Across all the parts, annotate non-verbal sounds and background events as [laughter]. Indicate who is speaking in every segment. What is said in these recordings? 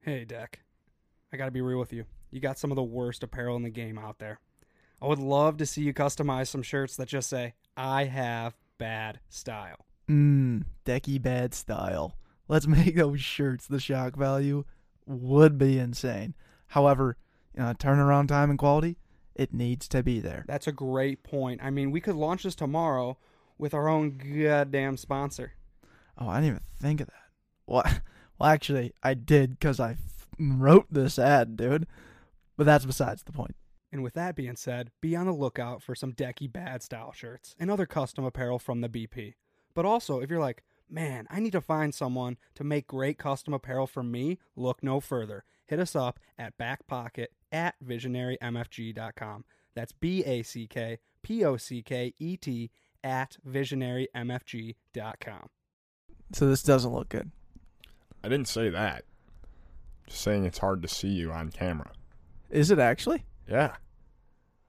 Speaker 1: Hey, Deck. I gotta be real with you. You got some of the worst apparel in the game out there. I would love to see you customize some shirts that just say, I have bad style.
Speaker 2: Mmm, Decky Bad style. Let's [laughs] make those shirts. The shock value would be insane. However, uh, turnaround time and quality, it needs to be there.
Speaker 1: That's a great point. I mean, we could launch this tomorrow with our own goddamn sponsor.
Speaker 2: Oh, I didn't even think of that. Well, [laughs] well actually, I did because I f- wrote this ad, dude. But that's besides the point.
Speaker 1: And with that being said, be on the lookout for some Decky Bad style shirts and other custom apparel from the BP. But also, if you're like, man, I need to find someone to make great custom apparel for me, look no further. Hit us up at backpocket at visionarymfg.com. That's B A C K P O C K E T at visionarymfg.com.
Speaker 2: So this doesn't look good.
Speaker 3: I didn't say that. Just saying it's hard to see you on camera.
Speaker 2: Is it actually?
Speaker 3: Yeah.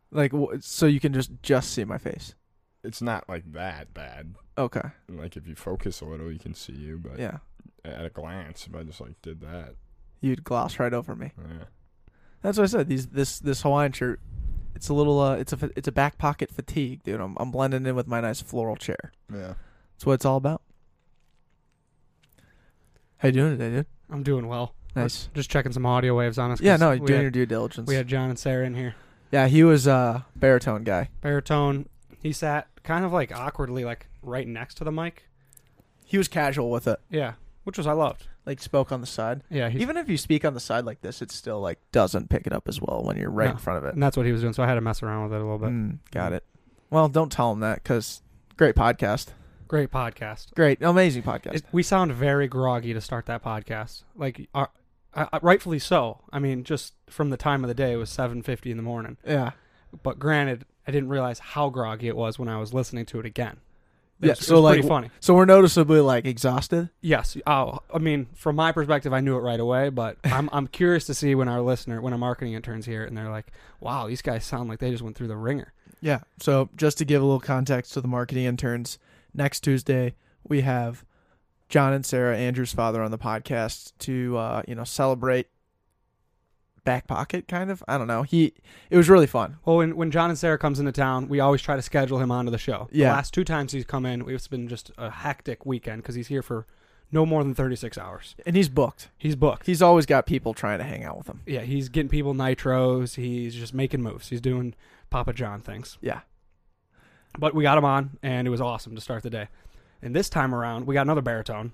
Speaker 2: Like, wh- so you can just just see my face.
Speaker 3: It's not like that bad.
Speaker 2: Okay.
Speaker 3: Like if you focus a little, you can see you, but
Speaker 2: Yeah.
Speaker 3: at a glance, if I just like did that,
Speaker 2: You'd gloss right over me.
Speaker 3: yeah.
Speaker 2: That's what I said. These this this Hawaiian shirt, it's a little uh, it's a fa- it's a back pocket fatigue, dude. I'm I'm blending in with my nice floral chair.
Speaker 3: Yeah.
Speaker 2: That's what it's all about. How you doing today, dude?
Speaker 1: I'm doing well.
Speaker 2: Nice.
Speaker 1: Just checking some audio waves on us. 'cause
Speaker 2: Yeah, no,
Speaker 1: we
Speaker 2: doing your
Speaker 1: had,
Speaker 2: due diligence.
Speaker 1: we had John and Sarah in here.
Speaker 2: yeah, he was a baritone guy.
Speaker 1: Baritone, he sat kind of like awkwardly, like right next to the mic.
Speaker 2: He was casual with it,
Speaker 1: Yeah, which was I loved.
Speaker 2: like spoke on the side.
Speaker 1: Yeah, he,
Speaker 2: Even if you speak on the side like this, it still like doesn't pick it up as well when you're right
Speaker 1: No.
Speaker 2: in front of it.
Speaker 1: and that's what he was doing. So I had to mess around with it a little bit.
Speaker 2: Mm, got it. Well, don't tell him that because great podcast,
Speaker 1: Great podcast.
Speaker 2: great, amazing podcast.
Speaker 1: It- we sound very groggy to start that podcast. Like, our, I, I- rightfully so. I mean, just from the time of the day, it was seven fifty in the morning.
Speaker 2: yeah,
Speaker 1: But granted, I didn't realize how groggy it was when I was listening to it again. It
Speaker 2: Yeah,
Speaker 1: was- it
Speaker 2: so,
Speaker 1: was
Speaker 2: like,
Speaker 1: pretty funny.
Speaker 2: so we're noticeably like exhausted.
Speaker 1: Yes. Oh, I mean, from my perspective, I knew it right away, but I'm I'm curious to see when our listener, when a marketing intern's here, and they're like, "Wow, these guys sound like they just went through the ringer."
Speaker 2: Yeah. So just to give a little context to the marketing interns, next Tuesday we have John and Sarah, Andrew's father, on the podcast to uh, you know celebrate back pocket kind of. I don't know. He it was really fun.
Speaker 1: Well, when when John and Sarah comes into town, we always try to schedule him onto the show.
Speaker 2: Yeah.
Speaker 1: The last two times he's come in, it's been just a hectic weekend because he's here for no more than 36 hours.
Speaker 2: And he's booked.
Speaker 1: He's booked.
Speaker 2: He's always got people trying to hang out with him.
Speaker 1: yeah, he's getting people nitros. He's just making moves. He's doing Papa John things.
Speaker 2: Yeah.
Speaker 1: But we got him on, and it was awesome to start the day. And this time around, we got another baritone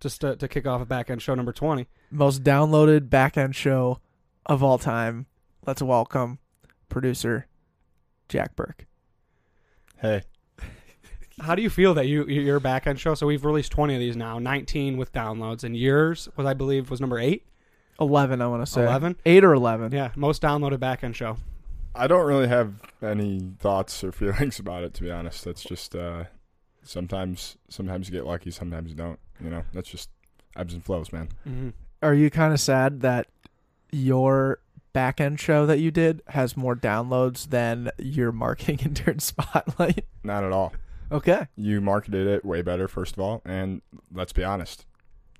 Speaker 1: just to, to kick off a back end show number 20.
Speaker 2: Most downloaded back end show of all time. Let's welcome producer Jack Burke.
Speaker 3: Hey,
Speaker 1: How do you feel that you you- your back end show? So we've released 20 of these now, 19 with downloads, and yours was I believe was number eight,
Speaker 2: Eleven, I want to say.
Speaker 1: 11.
Speaker 2: Eight or eleven.
Speaker 1: Yeah, most downloaded back end show.
Speaker 3: I don't really have any thoughts or [laughs] feelings about it to be honest. That's just uh, sometimes sometimes you get lucky, sometimes you don't. You know, that's just ebbs and flows, man.
Speaker 1: Mm-hmm.
Speaker 2: are you kind of sad that your back end show that you did has more downloads than your marketing [laughs] intern spotlight?
Speaker 3: Not at all.
Speaker 2: Okay.
Speaker 3: You marketed it way better, first of all, and let's be honest,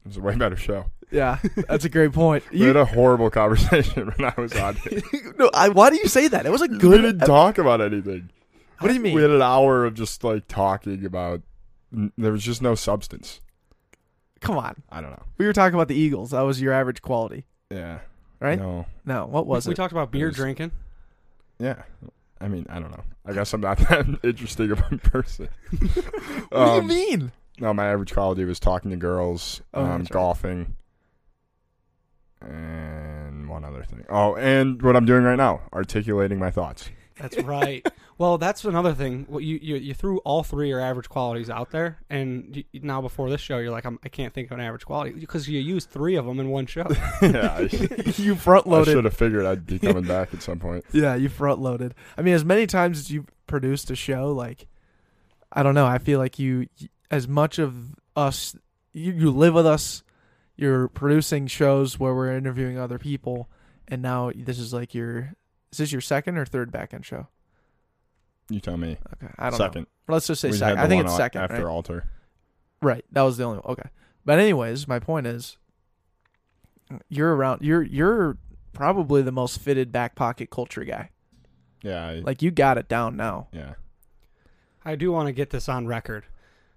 Speaker 3: it was a way better show.
Speaker 2: Yeah, that's a great point.
Speaker 3: we had
Speaker 2: You,
Speaker 3: a horrible [laughs] conversation when I was on here.
Speaker 2: no, I, why do you say that? It was a
Speaker 3: we
Speaker 2: good.
Speaker 3: didn't talk about anything.
Speaker 2: what do you
Speaker 3: We
Speaker 2: mean?
Speaker 3: had an hour of just like talking about. n- There was just no substance.
Speaker 2: Come on.
Speaker 3: I don't know.
Speaker 2: We were talking about the Eagles. That was your average quality.
Speaker 3: Yeah.
Speaker 2: Right?
Speaker 3: No.
Speaker 2: No, what was
Speaker 1: we
Speaker 2: it?
Speaker 1: talked about beer
Speaker 3: was-
Speaker 1: drinking.
Speaker 3: Yeah. I mean, I don't know. I guess I'm not [laughs] that interesting of a [laughs] person.
Speaker 2: what do you
Speaker 3: Um,
Speaker 2: mean?
Speaker 3: No, my average quality was talking to girls,
Speaker 2: Oh,
Speaker 3: um,
Speaker 2: that's right.
Speaker 3: golfing, and one other thing. Oh, and what I'm doing right now, articulating my thoughts.
Speaker 1: That's right. well, that's another thing. Well, you, you you threw all three of your average qualities out there, and you, you- now before this show, you're like, I'm, I can't think of an average quality because you used three of them in one show.
Speaker 3: [laughs] yeah, [laughs] I,
Speaker 2: [laughs] you front
Speaker 3: I
Speaker 2: loaded.
Speaker 3: should have figured I'd be [laughs] coming back at some point.
Speaker 2: Yeah, you front loaded. I mean, as many times as you produced a show, like, I don't know. I feel like you, as much of us, you, you live with us. You're producing shows where we're interviewing other people, and now this is like your. Is this your second or third back end show?
Speaker 3: You tell me.
Speaker 2: Okay, I don't
Speaker 3: second.
Speaker 2: know. Let's just say
Speaker 3: We had
Speaker 2: second.
Speaker 3: the
Speaker 2: I think
Speaker 3: one
Speaker 2: it's
Speaker 3: a-
Speaker 2: second.
Speaker 3: after
Speaker 2: right?
Speaker 3: altar.
Speaker 2: Right. That was the only one. Okay. But anyways, my point is you're around. You're you're probably the most fitted back pocket culture guy.
Speaker 3: Yeah, I,
Speaker 2: Like you got it down
Speaker 3: [laughs]
Speaker 2: now.
Speaker 3: yeah.
Speaker 1: I do want to get this on record.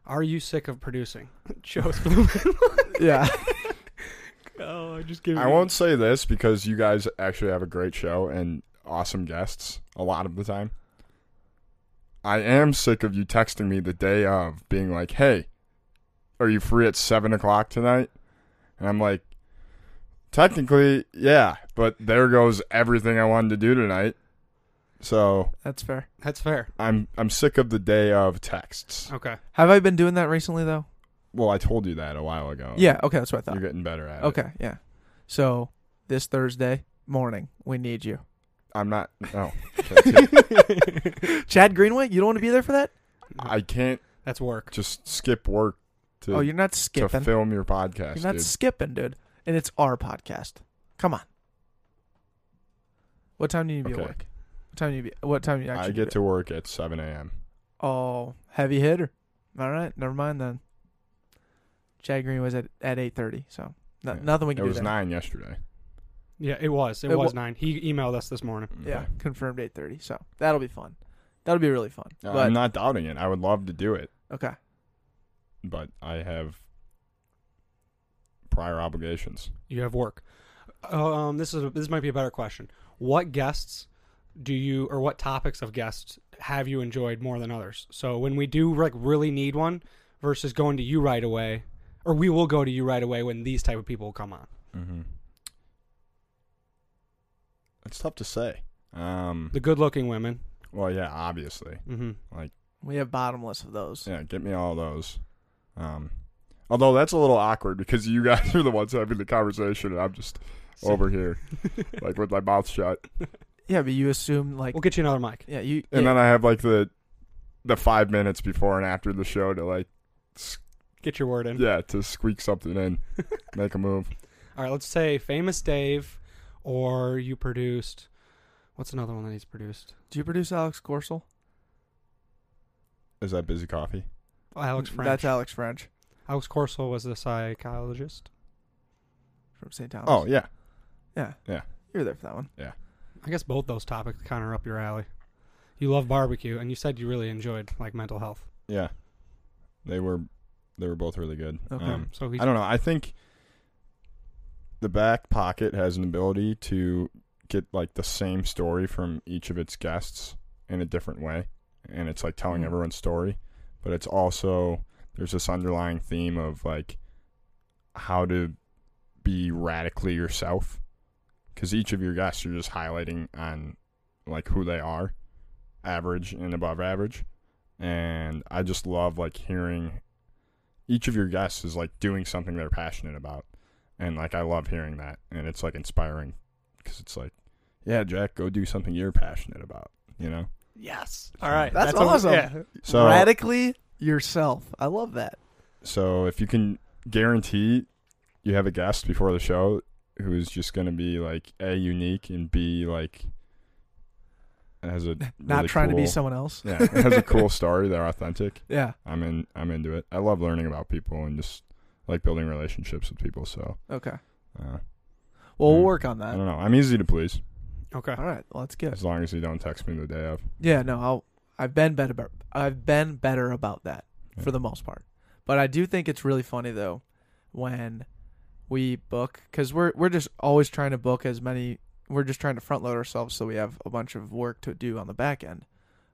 Speaker 1: Are you sick of producing? [laughs] Joe's Blumen.
Speaker 2: Yeah.
Speaker 1: oh, I just give.
Speaker 3: I won't say this because you guys actually have a great show and awesome guests a lot of the time. I am sick of you texting me the day of being like, hey, are you free at 7 o'clock tonight? And I'm like, technically, yeah, but there goes everything I wanted to do tonight. So
Speaker 2: That's fair.
Speaker 1: That's fair.
Speaker 3: I'm I'm sick of the day of texts.
Speaker 1: Okay. [laughs]
Speaker 2: Have I been doing that recently though?
Speaker 3: Well, I told you that a while ago.
Speaker 2: Yeah, okay, that's what I thought.
Speaker 3: Oh, You're getting better at it.
Speaker 2: Okay, yeah. So this Thursday morning, we need you.
Speaker 3: I'm not.
Speaker 2: [laughs]
Speaker 3: No,
Speaker 2: Chad Greenway, you don't want to be there for that?
Speaker 3: I can't
Speaker 1: That's work.
Speaker 3: just skip work to
Speaker 2: oh, you're not
Speaker 3: to
Speaker 2: skipping.
Speaker 3: film your podcast.
Speaker 2: You're not
Speaker 3: dude.
Speaker 2: skipping, dude. And it's our podcast. Come on. What time do you need to be
Speaker 3: Okay.
Speaker 2: at work? What time do you be? What time do you actually?
Speaker 3: I
Speaker 2: be
Speaker 3: get to work at 7 a.m.
Speaker 2: at- Oh, heavy hitter. All right, never mind then. Chad Green was at at eight thirty, so no,
Speaker 3: Yeah.
Speaker 2: nothing we
Speaker 3: It
Speaker 2: can do.
Speaker 3: was
Speaker 2: there.
Speaker 3: nine yesterday.
Speaker 1: Yeah, it was. It,
Speaker 2: It
Speaker 1: was
Speaker 2: wa-
Speaker 1: nine. He emailed us this morning.
Speaker 3: Okay.
Speaker 2: Yeah, confirmed eight thirty. So that'll be fun. That'll be really fun.
Speaker 3: Uh,
Speaker 2: but
Speaker 3: I'm not doubting it. I would love to do it,
Speaker 2: okay,
Speaker 3: but I have prior obligations.
Speaker 1: You have work. Um, this is this might be a better question. What guests do you or what topics of guests have you enjoyed more than others? So when we do like really need one versus going to you right away, or we will go to you right away when these type of people come on.
Speaker 3: Mm-hmm. It's tough to say. Um.
Speaker 1: The good-looking women.
Speaker 3: Well, yeah, obviously.
Speaker 1: Mm-hmm.
Speaker 2: we have bottomless of those.
Speaker 3: Yeah, get me all those. Um. Although that's a little awkward because you guys [laughs] are the ones having the conversation, and I'm just over here,
Speaker 1: [laughs]
Speaker 3: like with my mouth shut.
Speaker 2: Yeah, but you assume like
Speaker 1: We'll get you another mic.
Speaker 2: yeah you
Speaker 3: and
Speaker 2: yeah,
Speaker 3: then I have like the the five minutes before and after the show to like s-
Speaker 1: Get your word in.
Speaker 3: yeah to squeak something in, make a move.
Speaker 1: [laughs] All right, let's say Famous Dave, or you produced. What's another one that he's produced?
Speaker 2: do you produce Alex Gorsel?
Speaker 3: Is that busy coffee?
Speaker 1: Alex
Speaker 2: Mm,
Speaker 1: French.
Speaker 2: That's Alex French
Speaker 1: Alex Corsell was the psychologist.
Speaker 2: from St. Thomas.
Speaker 3: Oh yeah,
Speaker 2: yeah,
Speaker 3: yeah.
Speaker 2: You were there for that one.
Speaker 1: I guess both those topics kind of are up your alley. You love barbecue, and you said you really enjoyed like mental health.
Speaker 3: yeah. They were they were both really good.
Speaker 2: Okay.
Speaker 3: Um,
Speaker 1: so he's
Speaker 3: I don't know. I think the back pocket has an ability to get like the same story from each of its guests in a different way, and it's like telling
Speaker 2: Hmm.
Speaker 3: everyone's story, but it's also there's this underlying theme of like how to be radically yourself because each of your guests you're just highlighting on like who they are average and above average and i just love like hearing each of your guests is like doing something they're passionate about and like i love hearing that and it's like inspiring because it's like yeah jack go do something you're passionate about you know
Speaker 1: yes.
Speaker 3: All right,
Speaker 2: That's that's a- awesome.
Speaker 1: yeah.
Speaker 2: yeah.
Speaker 3: so
Speaker 2: Radically yourself. I love that. [laughs]
Speaker 3: so if you can guarantee you have a guest before the show who's just going to be like a unique and b like has
Speaker 2: [laughs]
Speaker 3: a
Speaker 2: Not
Speaker 3: really
Speaker 2: trying to be
Speaker 3: cool-
Speaker 2: someone else.
Speaker 3: yeah
Speaker 2: [laughs]
Speaker 3: has a cool story they're authentic
Speaker 2: Yeah.
Speaker 3: i'm in i'm into it i love learning about people and just like building relationships with people so
Speaker 2: Okay.
Speaker 3: uh,
Speaker 2: Well, we'll
Speaker 3: Mm.
Speaker 2: work on
Speaker 3: i
Speaker 2: that.
Speaker 3: don't know i'm easy to please
Speaker 1: Okay.
Speaker 2: All right. Well, that's good.
Speaker 3: as long as you don't text me the day of
Speaker 2: Yeah. No, I'll, I've been better. About, I've been better about that
Speaker 3: Yeah.
Speaker 2: for the most part. But I do think it's really funny though when we book because we're we're just always trying to book as many. We're just trying to front load ourselves so we have a bunch of work to do on the back end.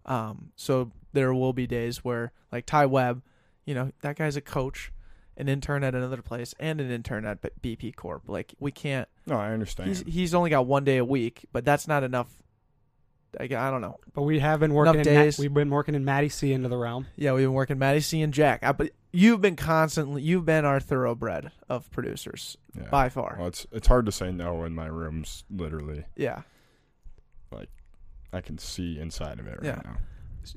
Speaker 2: Um, so there will be days where like Ty Webb, you know, that guy's a coach, an intern at another place, and an intern at B- BP Corp. Like we can't
Speaker 3: no i understand
Speaker 2: He's he's only got one day a week, but that's not enough. I, I don't know.
Speaker 1: But we have been working. In
Speaker 2: Enough
Speaker 1: Ma-
Speaker 2: days.
Speaker 1: we've been working in Maddie C into the realm.
Speaker 2: Yeah, we've been working Maddie C and Jack, I, but you've been constantly you've been our thoroughbred of producers
Speaker 3: yeah.
Speaker 2: by far.
Speaker 3: well, it's it's hard to say no when my room's literally
Speaker 2: yeah,
Speaker 3: i can see inside of it right
Speaker 2: Yeah.
Speaker 3: now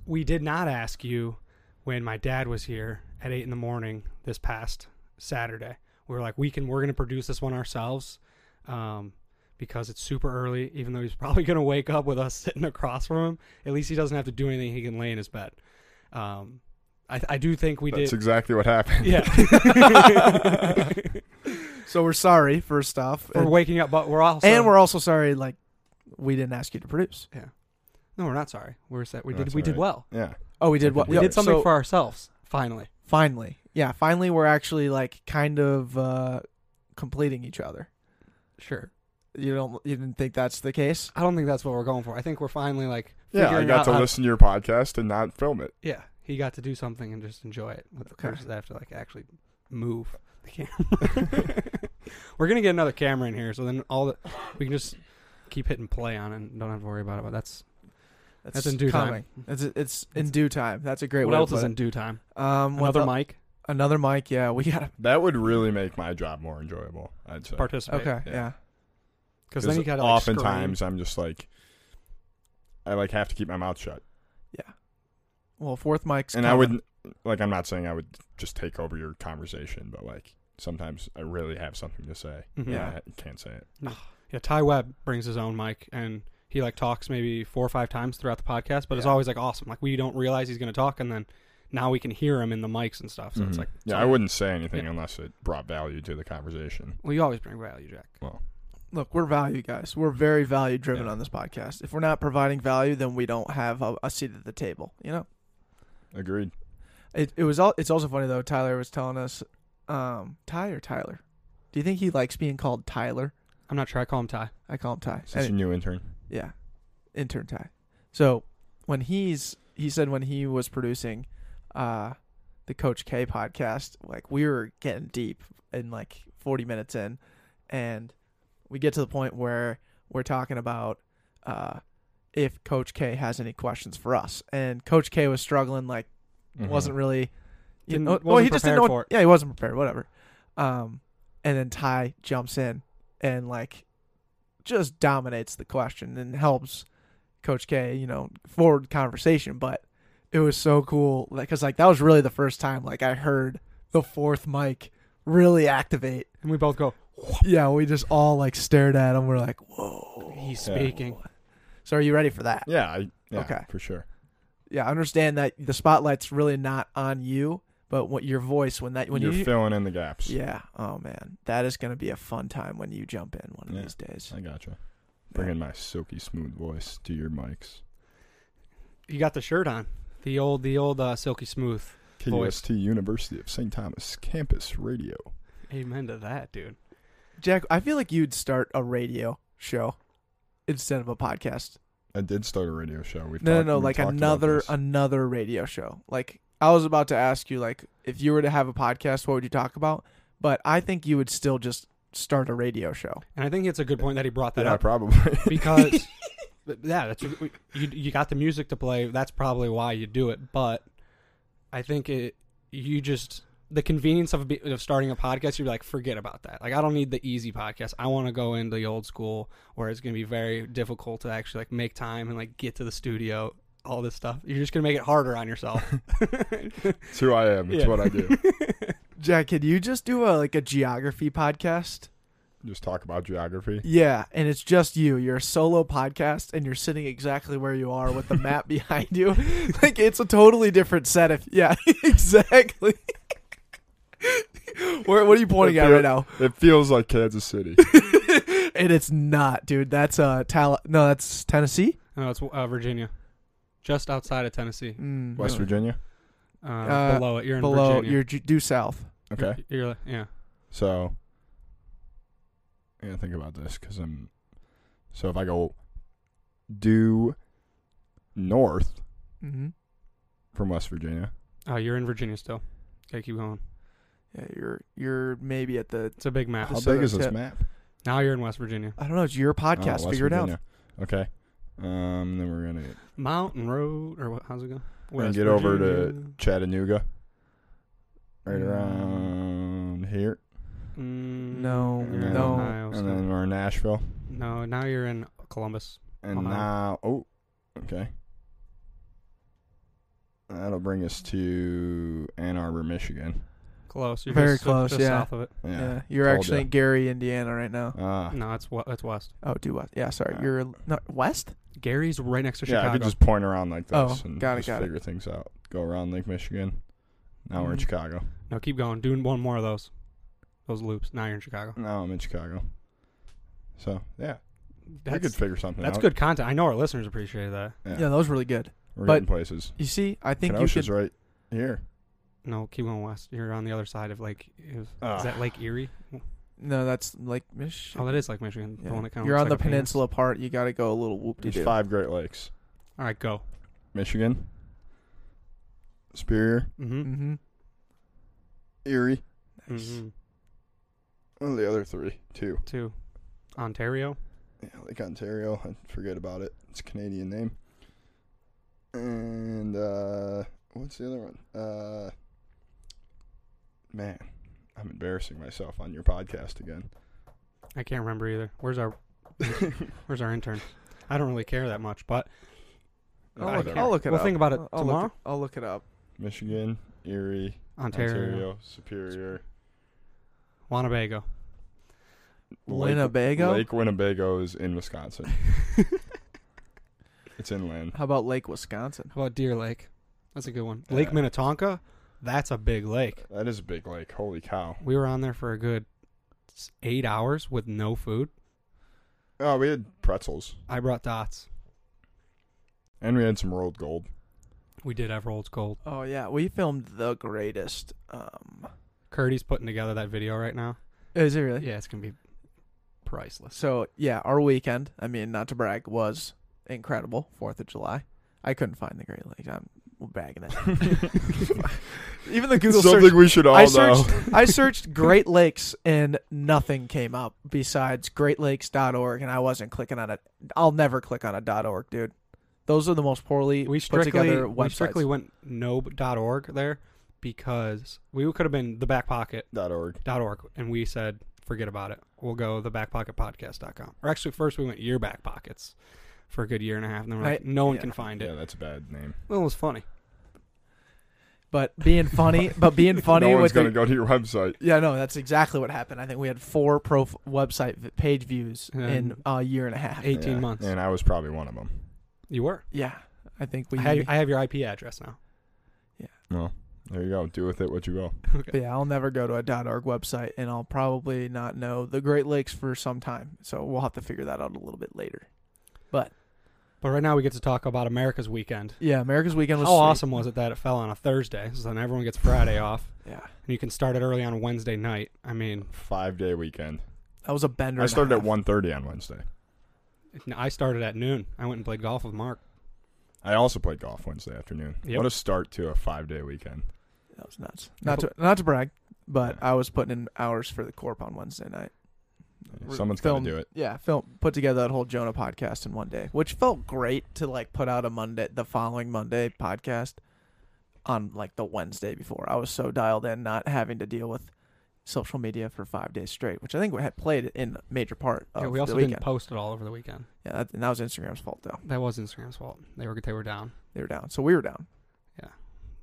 Speaker 1: We did not ask you when my dad was here at eight in the morning this past Saturday. We were like, we can. We're gonna produce this one ourselves, um, because it's super early. Even though he's [laughs] probably gonna wake up with us [laughs] sitting across from him, at least he doesn't have to do anything. He can lay in his bed. Um, I, I do think we
Speaker 3: that's
Speaker 1: did. [laughs]
Speaker 3: exactly what happened
Speaker 1: yeah.
Speaker 2: So we're sorry, first off,
Speaker 1: We're
Speaker 2: and,
Speaker 1: waking up, but we're also
Speaker 2: and we're also sorry, like we didn't ask you to produce.
Speaker 1: no, we're not sorry. We're set. We did
Speaker 3: That's
Speaker 1: we did
Speaker 3: alright.
Speaker 1: well.
Speaker 3: Yeah.
Speaker 2: Oh, we did what?
Speaker 1: We
Speaker 2: yep,
Speaker 1: did something
Speaker 2: so-
Speaker 1: for ourselves finally.
Speaker 2: finally. Yeah, finally, we're actually like kind of uh completing each other.
Speaker 1: Sure.
Speaker 2: You don't, you didn't think that's the case?
Speaker 1: I don't think that's what we're going for. I think we're finally like
Speaker 3: [laughs] Yeah, I
Speaker 1: figuring
Speaker 3: got
Speaker 1: out
Speaker 3: to
Speaker 1: how-
Speaker 3: listen to your podcast and not film it.
Speaker 1: Yeah, he got to do something and just enjoy it with the
Speaker 2: Okay.
Speaker 1: versus I have to like actually move
Speaker 2: [laughs]
Speaker 1: the camera. We're gonna get another camera in here, so then all the we can just keep hitting play on it and don't have to worry about it. But that's that's in due
Speaker 2: coming. It's it's in due time. That's a great.
Speaker 1: what
Speaker 2: way
Speaker 1: else
Speaker 2: to put
Speaker 1: is
Speaker 2: it.
Speaker 1: in due time?
Speaker 2: Um, what
Speaker 1: Another
Speaker 2: the-
Speaker 1: mic
Speaker 2: Another mic. Yeah, we got.
Speaker 3: That would really make my job more enjoyable. I'd say.
Speaker 1: participate.
Speaker 2: Okay.
Speaker 3: Yeah.
Speaker 2: yeah.
Speaker 1: because then you got
Speaker 3: oftentimes I'm just like, I like have to keep my mouth shut,
Speaker 2: Well, fourth mic's.
Speaker 3: and I
Speaker 2: coming.
Speaker 3: would like I'm not saying I would just take over your conversation, but like sometimes I really have something to say. and
Speaker 1: Yeah,
Speaker 3: I can't say it.
Speaker 1: Mm-hmm. yeah. Ty Webb brings his own mic and. He like talks maybe four or five times throughout the podcast, but it's
Speaker 2: Yeah.
Speaker 1: always like awesome. Like we don't realize he's gonna talk, and then now we can hear him in the mics and stuff. So
Speaker 3: Mhm.
Speaker 1: it's like
Speaker 3: yeah,
Speaker 1: so-
Speaker 3: I wouldn't say anything
Speaker 1: Yeah.
Speaker 3: unless it brought value to the conversation.
Speaker 1: Well, you always bring value, Jack.
Speaker 2: look. We're value guys. We're very value driven
Speaker 3: Yeah.
Speaker 2: on this podcast. If we're not providing value, then we don't have a, a seat at the table. You know.
Speaker 3: Agreed.
Speaker 2: It it was all. It's also funny though. Tyler was telling us, um, Ty or Tyler. Do you think he likes being called Tyler?
Speaker 1: I'm not sure. I call him Ty.
Speaker 2: I call him Ty. Any-
Speaker 3: Since your new intern,
Speaker 2: Yeah. Intern Ty. So when he's he said when he was producing uh the Coach K podcast, like we were getting deep in like forty minutes in and we get to the point where we're talking about uh if Coach K has any questions for us. And Coach K was struggling like
Speaker 3: Mhm.
Speaker 2: wasn't really you
Speaker 1: Mm-hmm. Didn't-
Speaker 2: know, well
Speaker 1: wasn't
Speaker 2: he just didn't
Speaker 1: prepared
Speaker 2: know
Speaker 1: for
Speaker 2: what,
Speaker 1: it.
Speaker 2: yeah he wasn't prepared whatever um and then ty jumps in and like just dominates the question and helps coach k you know forward conversation but it was so cool because like that was really the first time like i heard the fourth mic really activate
Speaker 1: And we both go,
Speaker 2: yeah we just all like stared at him we're like whoa
Speaker 1: he's
Speaker 3: Yeah.
Speaker 1: speaking.
Speaker 2: so are you ready for that
Speaker 3: Mm-hmm. yeah, I, yeah,
Speaker 2: Okay.
Speaker 3: for sure.
Speaker 2: yeah I understand that the spotlight's really not on you but what your voice when that when
Speaker 3: you're
Speaker 2: you
Speaker 3: filling in the gaps,
Speaker 2: Yeah. Oh man, that is gonna be a fun time when you jump in one of
Speaker 3: Yeah.
Speaker 2: these days.
Speaker 3: I gotcha. Bringing my silky smooth voice to your mics.
Speaker 1: You got the shirt on. The old, the old uh, silky smooth. Voice.
Speaker 3: KUST University of St. Thomas Campus Radio.
Speaker 1: Amen to that, dude.
Speaker 2: Jack, I feel like you'd start a radio show instead of a podcast.
Speaker 3: I did start a radio show. We've
Speaker 2: No,
Speaker 3: talked-
Speaker 2: no, no,
Speaker 3: we've
Speaker 2: like
Speaker 3: talked about
Speaker 2: another
Speaker 3: this.
Speaker 2: another radio show. Like I was about to ask you, like if you were to have a podcast, what would you talk about? But I think you would still just start a radio show.
Speaker 1: And I think it's a good point that he brought that
Speaker 3: yeah,
Speaker 1: up
Speaker 3: probably. [laughs]
Speaker 1: because, but yeah, that's you. You got the music to play. That's probably why you do it. But I think it. You just the convenience of be, of starting a podcast. You're like, forget about that. Like, I don't need the easy podcast. I want to go into the old school where it's going to be very difficult to actually like make time and like get to the studio. All this stuff. You're just going to make it harder on yourself. [laughs]
Speaker 3: it's who I am. It's
Speaker 1: Yeah.
Speaker 3: what
Speaker 2: [laughs]
Speaker 3: I do.
Speaker 2: Jack, could you just do a like a geography podcast?
Speaker 3: Just talk about geography.
Speaker 2: Yeah, and it's just you. You're a solo podcast, and you're sitting exactly where you are with the map [laughs] behind you. [laughs] Like it's a totally different set. If yeah, [laughs] exactly. [laughs] Where, what are you pointing at right now?
Speaker 3: It feels like
Speaker 2: [laughs]
Speaker 3: Kansas City.
Speaker 2: And it's not, dude. That's uh, Tal- No, that's Tennessee.
Speaker 1: No, it's uh, Virginia, just outside of Tennessee.
Speaker 2: Mm,
Speaker 3: West
Speaker 2: no.
Speaker 3: Virginia.
Speaker 1: Uh,
Speaker 2: Uh,
Speaker 1: below it, you're in
Speaker 2: Below,
Speaker 1: Virginia.
Speaker 2: you're ju- due south.
Speaker 3: Okay.
Speaker 1: You're, you're like- yeah.
Speaker 3: So, I gotta think about this because I'm. So if I go due north
Speaker 2: Mm-hmm.
Speaker 3: from West Virginia,
Speaker 1: Oh, you're in Virginia still. Okay, keep going.
Speaker 2: Yeah, you're you're maybe at the.
Speaker 1: It's a big map.
Speaker 3: how
Speaker 2: southern
Speaker 3: big is this
Speaker 2: tip.
Speaker 3: map?
Speaker 1: Now you're in West Virginia.
Speaker 2: I don't know. It's
Speaker 3: Oh,
Speaker 2: your podcast. Figure it out.
Speaker 3: it out. Okay. Um. Then we're gonna
Speaker 1: Mountain Road, or what, how's it go? West
Speaker 3: get over to-
Speaker 1: Virginia.
Speaker 3: Chattanooga. Right
Speaker 2: Mm.
Speaker 3: around here.
Speaker 1: Mm,
Speaker 2: No,
Speaker 1: you're in
Speaker 2: no.
Speaker 1: Ohio,
Speaker 3: and
Speaker 1: so-
Speaker 3: then we're in Nashville.
Speaker 1: no, now you're in Columbus.
Speaker 3: And
Speaker 1: Ohio.
Speaker 3: now, oh, okay. That'll bring us to Ann Arbor, Michigan.
Speaker 1: Close. You're
Speaker 2: Very
Speaker 1: just-
Speaker 2: close,
Speaker 1: Just
Speaker 2: yeah.
Speaker 1: south of it.
Speaker 3: Yeah.
Speaker 2: Yeah, you're
Speaker 3: Told
Speaker 2: actually
Speaker 3: ya.
Speaker 2: in Gary, Indiana, right now.
Speaker 3: Ah.
Speaker 1: No, it's we- it's west.
Speaker 2: Oh, due west. Yeah, sorry.
Speaker 3: Uh,
Speaker 2: You're not west.
Speaker 1: Gary's right next to
Speaker 3: yeah, I
Speaker 1: Chicago.
Speaker 3: could just point around like this
Speaker 2: Oh,
Speaker 3: and
Speaker 2: got it,
Speaker 3: just
Speaker 2: got it.
Speaker 3: figure things out. Go around Lake Michigan. Now we're in
Speaker 2: Mhm.
Speaker 3: Chicago.
Speaker 1: no, keep going. Doing one more of those. Those loops. Now you're in Chicago.
Speaker 3: Now I'm in Chicago. So yeah, we could
Speaker 1: That's,
Speaker 3: figure something
Speaker 1: that's
Speaker 3: out.
Speaker 1: good content. I know our listeners appreciate that.
Speaker 3: Yeah.
Speaker 2: Yeah, that was really good.
Speaker 3: We're
Speaker 2: but-
Speaker 3: getting places.
Speaker 2: You see, I think you
Speaker 3: Kenosha's
Speaker 2: could.
Speaker 3: right here.
Speaker 1: No, keep going west. You're on the other side of Lake. Is,
Speaker 3: Ah.
Speaker 1: is that Lake Erie?
Speaker 2: No, that's like Michigan.
Speaker 1: Oh, that is Lake Michigan. The
Speaker 2: Yeah.
Speaker 1: one that kind of
Speaker 2: You're on the peninsula part. You got to go a little whoop de
Speaker 3: There's
Speaker 2: doo.
Speaker 3: five Great Lakes:
Speaker 1: All right, go.
Speaker 3: Michigan, Superior,
Speaker 1: Mm-hmm.
Speaker 2: Mm-hmm.
Speaker 3: Erie.
Speaker 2: Nice.
Speaker 1: hmm
Speaker 3: What are the other three? Two.
Speaker 1: Two. Ontario.
Speaker 3: Yeah, Lake Ontario. I forget about it. It's a Canadian name. And uh, what's the other one? Uh, man, I'm embarrassing myself on your
Speaker 2: [laughs]
Speaker 3: podcast again.
Speaker 1: I can't remember either. Where's our Where's our intern? I don't really care that much, but
Speaker 2: Mm-hmm. I'll, look,
Speaker 3: Either.
Speaker 2: I'll look it
Speaker 1: We'll
Speaker 2: up.
Speaker 1: think about it
Speaker 2: I'll- I'll look
Speaker 1: tomorrow.
Speaker 2: I'll look it up.
Speaker 3: Michigan, Erie,
Speaker 1: Ontario,
Speaker 3: Ontario, Superior,
Speaker 2: [laughs]
Speaker 1: Winnebago.
Speaker 2: Winnebago.
Speaker 3: Lake Winnebago is in Wisconsin. it's inland.
Speaker 2: How about Lake Wisconsin?
Speaker 1: How about Deer Lake? That's a good one.
Speaker 3: Yeah.
Speaker 1: Lake Minnetonka. That's a big lake.
Speaker 3: That is a big lake. Holy cow!
Speaker 1: We were on there for a good s- eight hours with no food.
Speaker 3: Oh, we had pretzels
Speaker 1: I brought dots.
Speaker 3: and we had some
Speaker 2: [laughs]
Speaker 3: rolled gold.
Speaker 1: We did have rolls gold.
Speaker 2: Oh yeah, we filmed the greatest. Um,
Speaker 1: Curdy's putting together that video right now.
Speaker 2: is it really?
Speaker 1: Yeah, it's gonna be priceless.
Speaker 2: So yeah, our weekend. I mean, not to brag, was incredible. Fourth of July. I couldn't find the Great Lakes. I'm bagging it. [laughs] Even the Google
Speaker 3: Something
Speaker 2: search.
Speaker 3: we should all
Speaker 2: I
Speaker 3: know.
Speaker 2: searched. I searched Great Lakes and nothing came up besides GreatLakes.org, and I wasn't clicking on it. I'll never click on a .org, dude. Those are the most poorly
Speaker 1: we
Speaker 2: put
Speaker 1: strictly
Speaker 2: together
Speaker 1: we
Speaker 2: websites.
Speaker 1: strictly went no.org there because we could have been the back pocket
Speaker 3: [laughs] Dot org.
Speaker 1: dot org and we said forget about it we'll go the backpocketpodcast.com or actually first we went your back pockets for a good year and a half and then we're like
Speaker 2: Right.
Speaker 1: no one
Speaker 2: Yeah.
Speaker 1: can find
Speaker 3: Yeah,
Speaker 1: it
Speaker 3: that's a bad name.
Speaker 1: well it was funny
Speaker 2: but
Speaker 1: [laughs]
Speaker 2: being funny, but being funny
Speaker 3: no one's
Speaker 2: with the,
Speaker 3: gonna go to your website.
Speaker 2: Yeah, no, that's exactly what happened. I think we had four pro f- website v- page views in
Speaker 1: And-
Speaker 2: a year and a half.
Speaker 1: 18
Speaker 3: Yeah,
Speaker 1: months
Speaker 3: and I was probably one of them.
Speaker 1: you were
Speaker 2: Yeah, I think we.
Speaker 1: I, have, I have your ip address now
Speaker 3: Well, there you go. Do with it what you will.
Speaker 2: but yeah, I'll never go to a .org website, and I'll probably not know the Great Lakes for some time. So we'll have to figure that out a little bit later.
Speaker 1: but right now we get to talk about america's weekend
Speaker 2: Yeah, America's Weekend
Speaker 1: how
Speaker 2: was sweet.
Speaker 1: awesome was it that it fell on a thursday so then everyone gets friday off
Speaker 2: Yeah,
Speaker 1: and you can start it early on wednesday night i mean
Speaker 3: Five day weekend.
Speaker 2: that was a bender.
Speaker 3: I
Speaker 2: and a
Speaker 3: started at
Speaker 2: half.
Speaker 3: 1.30 on Wednesday.
Speaker 1: i started at noon i went and played golf with mark
Speaker 3: I also played golf Wednesday afternoon.
Speaker 1: Yep.
Speaker 3: What a start to a five day weekend.
Speaker 2: That was nuts. Not to not to brag, but I was putting in hours for the corp on Wednesday night. Re-
Speaker 3: Someone's got
Speaker 2: filmed-
Speaker 3: to do it.
Speaker 2: Yeah, film put together that whole Jonah podcast in one day, which felt great to like put out a Monday, the following Monday podcast on like the Wednesday before. I was so dialed in, not having to deal with social media for five days straight, which I think had played in a major part of
Speaker 1: yeah, we
Speaker 2: Oh, the
Speaker 1: also
Speaker 2: weekend.
Speaker 1: didn't post it all over the weekend
Speaker 2: yeah, that, and that was Instagram's fault though.
Speaker 1: that was instagram's fault they were they were down
Speaker 2: They were down, so we were down.
Speaker 1: Yeah.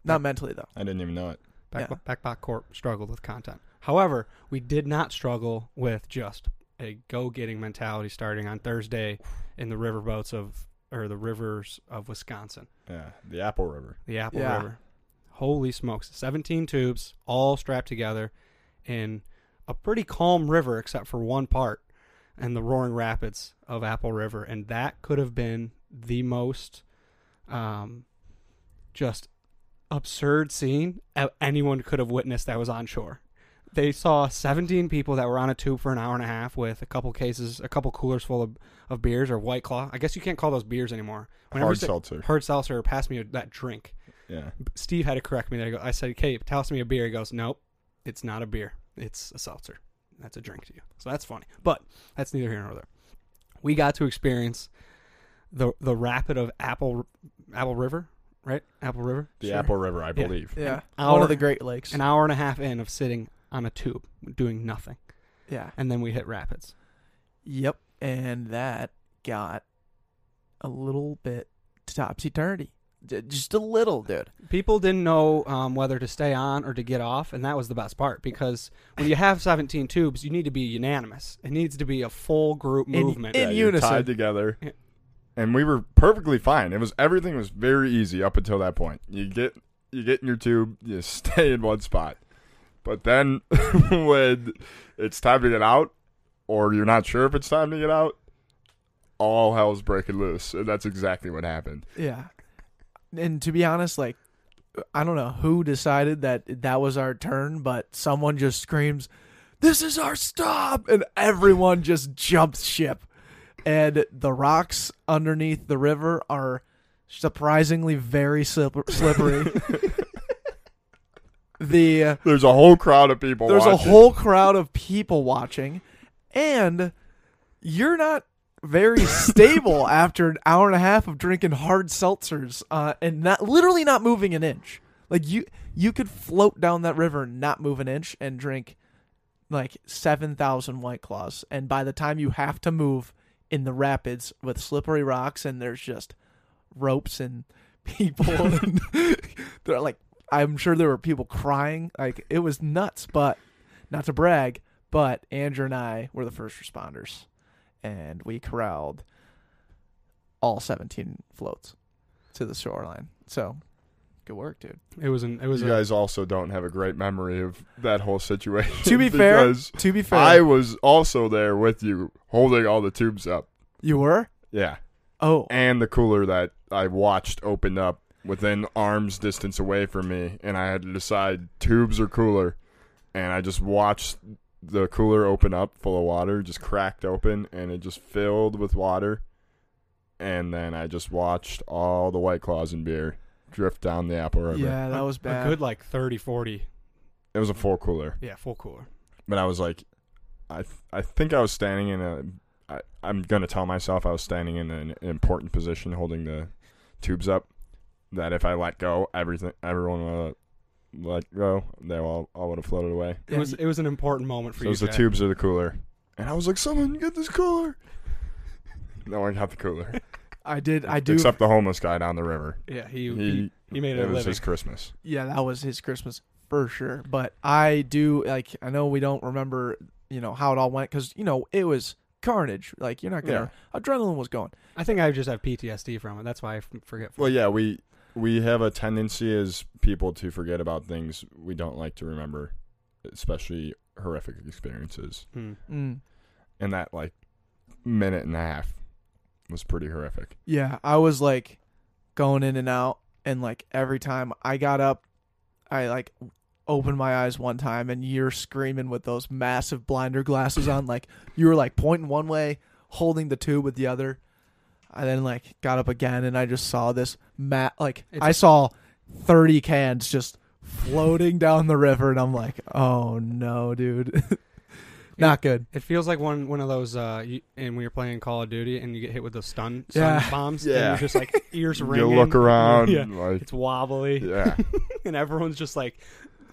Speaker 2: not
Speaker 1: Yeah.
Speaker 2: mentally though.
Speaker 3: I didn't even know it.
Speaker 1: Back,
Speaker 2: Yeah.
Speaker 1: Backpack Corp struggled with content. However, we did not struggle with just a go-getting mentality starting on Thursday in the riverboats of or the rivers of Wisconsin,
Speaker 3: Yeah, the Apple River.
Speaker 1: the Apple
Speaker 2: Yeah.
Speaker 1: River. Holy smokes! Seventeen tubes, all strapped together, in a pretty calm river, except for one part, and the roaring rapids of Apple River, and that could have been the most, um, just absurd scene a- anyone could have witnessed that was on shore. They saw 17 people that were on a tube for an hour and a half with a couple cases, a couple coolers full of, of beers or White Claw. I guess you can't call those beers anymore. you
Speaker 3: Hard
Speaker 1: say-
Speaker 3: seltzer.
Speaker 1: Hard seltzer, pass me that drink.
Speaker 3: Yeah.
Speaker 1: Steve had to correct me there. I go- I said, "Okay, toss me a beer." He goes, "Nope, it's not a beer. It's a seltzer. That's a drink to you." So that's funny, but that's neither here nor there. We got to experience the the rapid of Apple Apple River, right? Apple River.
Speaker 3: The
Speaker 1: Sure.
Speaker 3: Apple River, I believe.
Speaker 2: Yeah,
Speaker 1: An
Speaker 2: one
Speaker 1: hour-
Speaker 2: of the Great Lakes.
Speaker 1: An hour and a half in of sitting on a tube doing nothing,
Speaker 2: yeah,
Speaker 1: and then we hit rapids.
Speaker 2: yep, and that got a little bit topsy turvy. Just a little, dude.
Speaker 1: People didn't know um, whether to stay on or to get off, and that was the best part because when you have 17 tubes, you need to be unanimous. It needs to be a full group
Speaker 2: In-
Speaker 1: movement.
Speaker 2: in-
Speaker 3: Yeah, you're
Speaker 2: unison.
Speaker 3: Tied together.
Speaker 1: Yeah.
Speaker 3: And we were perfectly fine. It was everything was [laughs] very easy up until that point. You get you get in your tube, you stay in one spot. But then [laughs] when it's time to get out, or you're not sure if it's time to get out, all hell's breaking loose. And that's exactly what happened.
Speaker 2: Yeah. And to be honest, like, I don't know who decided that that was our turn, but someone just screams, This is our stop! And everyone just jumps ship. And the rocks underneath the river are surprisingly very slip- [laughs] slippery. the. uh,
Speaker 3: There's a whole crowd of people.
Speaker 2: There's a
Speaker 3: watching.
Speaker 2: whole crowd of people watching, and you're not
Speaker 3: [laughs]
Speaker 2: very stable after an hour and a half of drinking hard seltzers uh, and not literally not moving an inch. Like you, you could float down that river, and not move an inch, and drink like seven thousand white claws. And by the time you have to move in the rapids with slippery rocks, and there's just ropes and [laughs]
Speaker 3: [laughs]
Speaker 2: people, and [laughs] they're like I'm sure there were people crying. Like it was nuts, but not to brag, but Andrew and I were the first responders and we corralled all 17 floats to the shoreline. So good work, dude.
Speaker 1: It was an. It was
Speaker 3: you
Speaker 1: a,
Speaker 3: guys also don't have a great memory of that whole situation.
Speaker 2: To
Speaker 3: [laughs]
Speaker 2: be fair-
Speaker 3: because
Speaker 2: To be fair,
Speaker 3: I was also there with you, holding all the tubes up.
Speaker 2: you were?
Speaker 3: Yeah,
Speaker 2: Oh,
Speaker 3: and the cooler that I watched opened up within arm's distance away from me, and I had to decide tubes or cooler, and I just watched the cooler open up full of water, just cracked open, and it just filled with water, and then I just watched all the white claws and beer drift down the Apple River.
Speaker 2: yeah, that was bad.
Speaker 1: A good like 30, 40.
Speaker 3: It was a full cooler.
Speaker 1: Yeah, full cooler.
Speaker 3: but I was like, I th- I think I was standing in a. I, I'm gonna tell myself I was standing in an important position, holding the tubes up. That if I let go, everything everyone would let go. They all all would have floated away.
Speaker 1: It was. It was an important moment for
Speaker 3: So it
Speaker 1: you.
Speaker 3: was the
Speaker 1: Jack.
Speaker 3: tubes or the cooler, and I was like, someone get this cooler. No one got
Speaker 1: [laughs]
Speaker 3: the cooler
Speaker 2: I did. I do.
Speaker 3: except the homeless guy down the river.
Speaker 1: Yeah,
Speaker 3: He,
Speaker 1: he he, he made a
Speaker 3: it was
Speaker 1: living.
Speaker 3: his Christmas.
Speaker 2: yeah, that was his Christmas for sure. But I do like. I know we don't remember, you know, how it all went because you know it was carnage. Like you're not gonna. Adrenaline was going.
Speaker 1: I think I just have PTSD from it. That's why I f- forget.
Speaker 3: Well, yeah, we we have a tendency as people to forget about things we don't like to remember, especially horrific experiences.
Speaker 1: Hmm.
Speaker 2: Mm.
Speaker 3: And that like minute and a half was pretty horrific.
Speaker 2: Yeah, I was like going in and out, and like every time I got up, I like opened my eyes one time, and you're screaming with those massive blinder glasses on. Like you were like pointing one way, holding the tube with the other. I then like got up again, and I just saw this mat. Like
Speaker 1: It's-
Speaker 2: I saw thirty cans just floating down the river, and I'm like, oh no, dude, [laughs] not good.
Speaker 1: It feels like one one of those, uh, you, and when you're playing Call of Duty and you get hit with those stun, stun
Speaker 2: Yeah.
Speaker 1: [laughs] bombs,
Speaker 3: Yeah.
Speaker 1: and you're just like ears
Speaker 3: [laughs] You
Speaker 1: ringing.
Speaker 3: look around
Speaker 1: Yeah.
Speaker 2: [laughs]
Speaker 3: [laughs] like
Speaker 1: It's wobbly,
Speaker 3: yeah.
Speaker 1: and everyone's just like,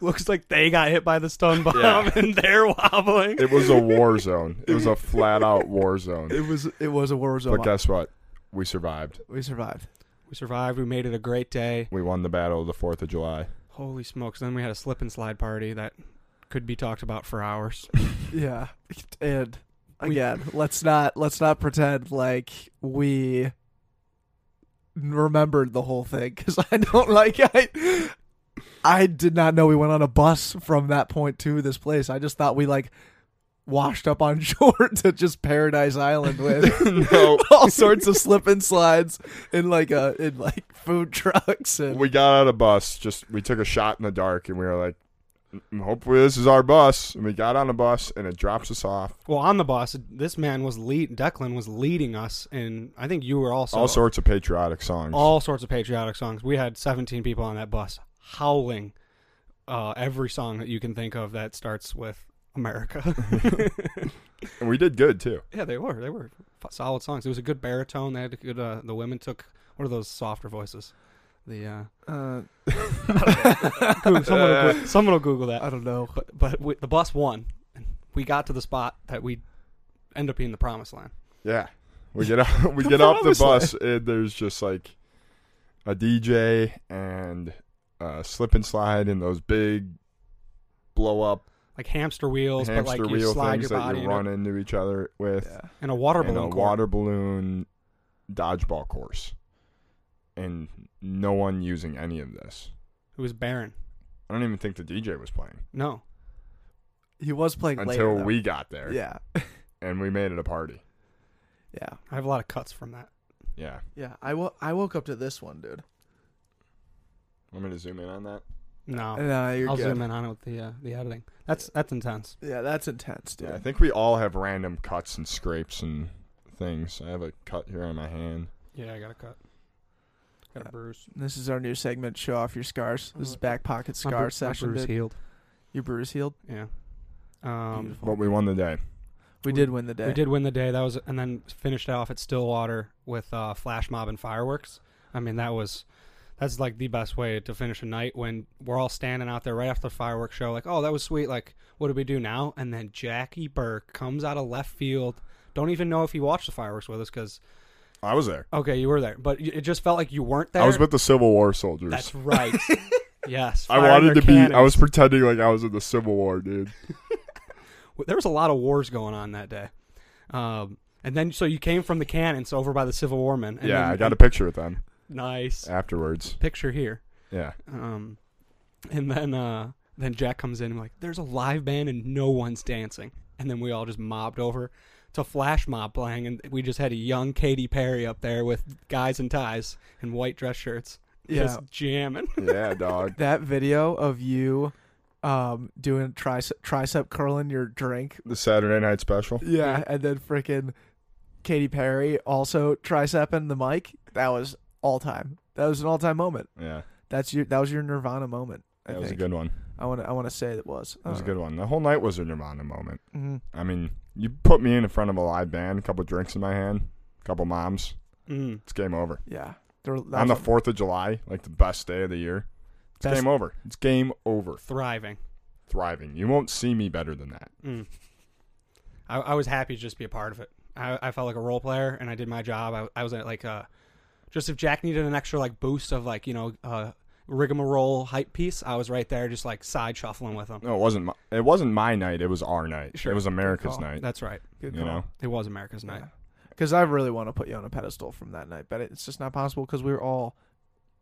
Speaker 1: looks like they got hit by the stun bomb, [laughs]
Speaker 3: Yeah.
Speaker 1: and they're wobbling.
Speaker 3: It was
Speaker 1: [laughs]
Speaker 3: a war zone. It was a flat out war zone.
Speaker 2: It was it was a war zone.
Speaker 3: But uh, guess what? We survived.
Speaker 2: we survived.
Speaker 1: we survived. We made it a great day.
Speaker 3: We won the battle of the 4th
Speaker 2: [laughs]
Speaker 3: of July.
Speaker 1: Holy smokes! Then we had a slip and slide party that could be talked about for hours.
Speaker 2: Yeah, and
Speaker 1: We-
Speaker 2: again, let's not let's not pretend like we remembered the whole thing because [laughs] I don't like I I did not know we went on a bus from that point to this place. I just thought we like washed up on [laughs] shore to just Paradise Island
Speaker 3: [laughs]
Speaker 2: with
Speaker 3: no.
Speaker 2: all sorts of slip and slides and like uh in like food trucks and
Speaker 3: We got out of bus, just we took a shot in the dark and we were like "Mm, hopefully this is our bus. And we got on a bus and it drops us off.
Speaker 1: Well, on the bus, this man was lead. Declan was leading us, and I think you were also
Speaker 3: all sorts of patriotic songs.
Speaker 1: all sorts of patriotic songs. We had 17 people on that bus howling uh, every song that you can think of that starts with
Speaker 3: [laughs]
Speaker 1: America. [laughs]
Speaker 3: and we did good too.
Speaker 1: yeah, they were. They were f- solid songs. It was a good baritone. They had a good. Uh, the women took what are those softer voices? The uh,
Speaker 2: uh,
Speaker 3: [laughs]
Speaker 1: Google- someone, will, Goo- someone will Google that.
Speaker 2: I don't know.
Speaker 1: But but we, the bus won. And we got to the spot that we end up being the promised land.
Speaker 3: Yeah. We get off [laughs] we
Speaker 2: The
Speaker 3: get off the
Speaker 2: promised land.
Speaker 3: bus and there's just like a DJ and a slip and slide and those big blow up
Speaker 1: Like hamster wheels,
Speaker 3: hamster
Speaker 1: but like you
Speaker 3: wheel
Speaker 1: slide
Speaker 3: things
Speaker 1: your
Speaker 3: that
Speaker 1: body
Speaker 3: you
Speaker 1: in a-
Speaker 3: run into each other with
Speaker 2: Yeah.
Speaker 1: in a water
Speaker 3: and
Speaker 1: balloon.
Speaker 3: a
Speaker 1: court.
Speaker 3: water balloon dodgeball course. And no one using any of this.
Speaker 1: It was barren.
Speaker 3: I don't even think the DJ was playing.
Speaker 1: No.
Speaker 2: He was playing later,
Speaker 3: until
Speaker 2: though.
Speaker 3: we got there
Speaker 2: Yeah,
Speaker 3: and we made it a party.
Speaker 2: yeah,
Speaker 1: I have a lot of cuts from that.
Speaker 3: Yeah.
Speaker 2: yeah. I wo- I woke up to this one, dude.
Speaker 3: Want me to zoom in on that? Oh.
Speaker 1: No,
Speaker 2: No, Uh, you're
Speaker 1: I'll
Speaker 2: good.
Speaker 1: zoom in on it with the uh, the editing. That's that's intense.
Speaker 2: Yeah, that's intense, dude.
Speaker 3: Yeah, I think we all have random cuts and scrapes and things. I have a cut here on my hand.
Speaker 1: Yeah, I got a cut. Got a bruise.
Speaker 2: This is our new segment. Show off your scars. This is back pocket
Speaker 1: My
Speaker 2: scar
Speaker 1: bru- my
Speaker 2: session.
Speaker 1: bruise
Speaker 2: dude.
Speaker 1: healed.
Speaker 2: Your bruise healed.
Speaker 1: Yeah. Um,
Speaker 2: Beautiful.
Speaker 3: But we won the day.
Speaker 2: we, did win the day.
Speaker 1: we did win the day. That was, and then finished off at Stillwater with uh, flash mob and fireworks. I mean, that was that's like the best way to finish a night when we're all standing out there right after the fireworks show. Like, oh, that was sweet. Like, what do we do now? And then Jackie Burke comes out of left field. Don't even know if he watched the fireworks with us because
Speaker 3: I was there.
Speaker 1: okay, you were there, but y- it just felt like you weren't there.
Speaker 3: I was with the Civil War soldiers.
Speaker 1: That's
Speaker 3: [laughs]
Speaker 1: right. yes,
Speaker 3: I
Speaker 1: firing
Speaker 3: wanted
Speaker 1: their
Speaker 3: to be. I
Speaker 1: cannons.
Speaker 3: was pretending like I was in the Civil War, dude.
Speaker 1: there was a lot of wars going on that day. Um, and then so you came from the cannons over by the Civil War men. And
Speaker 3: yeah,
Speaker 1: then-
Speaker 3: I got a picture with them
Speaker 1: nice
Speaker 3: afterwards.
Speaker 1: picture here.
Speaker 3: Yeah,
Speaker 1: Um, and then uh, then Jack comes in and like, there's a live band and no one's dancing. And then we all just mobbed over to flash mob playing, and we just had a young Katy Perry up there with guys in ties and white dress shirts,
Speaker 2: Yeah,
Speaker 1: just jamming.
Speaker 3: yeah, dog.
Speaker 2: that video of you, um, doing tricep, tricep curling your drink.
Speaker 3: The Saturday night special.
Speaker 2: Yeah, and then freaking Katy Perry also triceping the mic. That was all time. That was an all time moment.
Speaker 3: Yeah,
Speaker 2: That's your. That was your Nirvana moment. I
Speaker 3: that was a
Speaker 2: think.
Speaker 3: good one.
Speaker 2: I want to. I want to say it was. Uh,
Speaker 3: That was
Speaker 1: Uh.
Speaker 3: a good one. The whole night was a Nirvana moment.
Speaker 2: hmm
Speaker 3: I mean, you put me in front of a live band, a couple drinks in my hand, a couple moms.
Speaker 1: [laughs] Mm.
Speaker 3: It's game over.
Speaker 2: Yeah. There, that
Speaker 3: On the
Speaker 2: was a-
Speaker 3: Fourth of July, like the best day of the year. It's
Speaker 2: Best-
Speaker 3: game over. It's game over.
Speaker 1: Thriving.
Speaker 3: Thriving. You won't see me better than that.
Speaker 1: Mm. I, I was happy to just be a part of it. I, I felt like a role player, and I did my job. I, I was at like, uh, just if Jack needed an extra like boost of like you know uh, rigmarole hype piece, I was right there, just like side shuffling with him.
Speaker 3: No, it wasn't. My, it wasn't my night. It was our night.
Speaker 1: Sure.
Speaker 3: It was America's
Speaker 2: call.
Speaker 3: night.
Speaker 1: That's right.
Speaker 2: good
Speaker 3: you
Speaker 2: call.
Speaker 3: know,
Speaker 1: It was America's night.
Speaker 2: Because I really want to put you on a pedestal from that night, but it's just not possible because we were all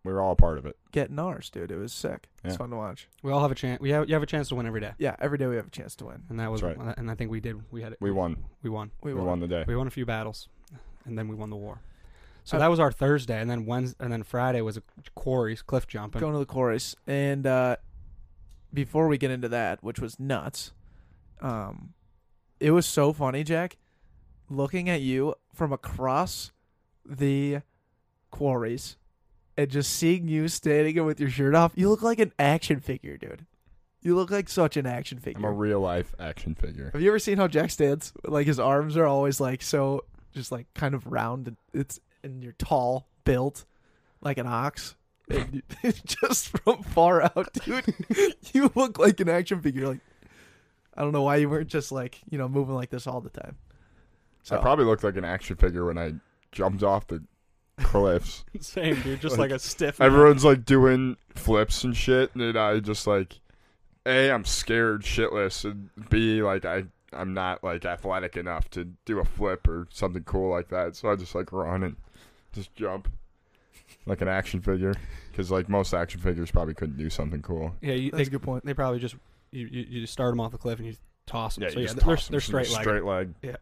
Speaker 3: we were all a part of it.
Speaker 2: getting ours, dude. It was sick. It's
Speaker 3: Yeah.
Speaker 2: fun to watch.
Speaker 1: We all have a chance. We have you have a chance to win every day,
Speaker 2: Yeah, every day we have a chance to win.
Speaker 1: and that was
Speaker 3: That's
Speaker 1: and I think we did. We had it.
Speaker 3: We won.
Speaker 1: We won.
Speaker 2: We,
Speaker 3: We
Speaker 2: won.
Speaker 3: won the day.
Speaker 1: We won a few battles, and then we won the war. So
Speaker 3: Uh,
Speaker 2: I-
Speaker 1: that was our Thursday, and then Wednesday, and then Friday was a quarries cliff jumping.
Speaker 2: Going to the chorus, and uh, before we get into that, which was nuts, um, it was so funny, Jack, looking at you from across the quarries. And just seeing you standing there with your shirt off, you look like an action figure, dude. You look like such an action figure.
Speaker 3: I'm a real life action figure.
Speaker 2: Have you ever seen how Jack stands? Like his arms are always like so, just like kind of round. And it's and you're tall, built, like an ox. And you- [laughs] just from far out, [laughs] dude, you look like an action figure. Like I don't know why you weren't just like you know moving like this all the time. So
Speaker 3: I probably looked like an action figure when I jumped
Speaker 2: [laughs]
Speaker 3: off the cliffs.
Speaker 1: Same dude, [laughs] just
Speaker 3: Like,
Speaker 1: like, a stiff.
Speaker 3: Everyone's like doing flips and shit, and I just like, a I'm scared shitless, and b like I I'm not like athletic enough to do a flip or something cool like that. So I just like run and just jump like an action figure, because like most action figures probably couldn't do something cool.
Speaker 1: Yeah, you,
Speaker 2: that's
Speaker 1: they,
Speaker 2: a good point.
Speaker 1: they probably just you, you, you just start them off the cliff and you toss them.
Speaker 3: Yeah,
Speaker 1: so
Speaker 3: you
Speaker 1: yeah,
Speaker 3: just
Speaker 1: they're,
Speaker 3: toss 'em
Speaker 1: they're
Speaker 3: from the
Speaker 1: straight leg.
Speaker 3: straight leg.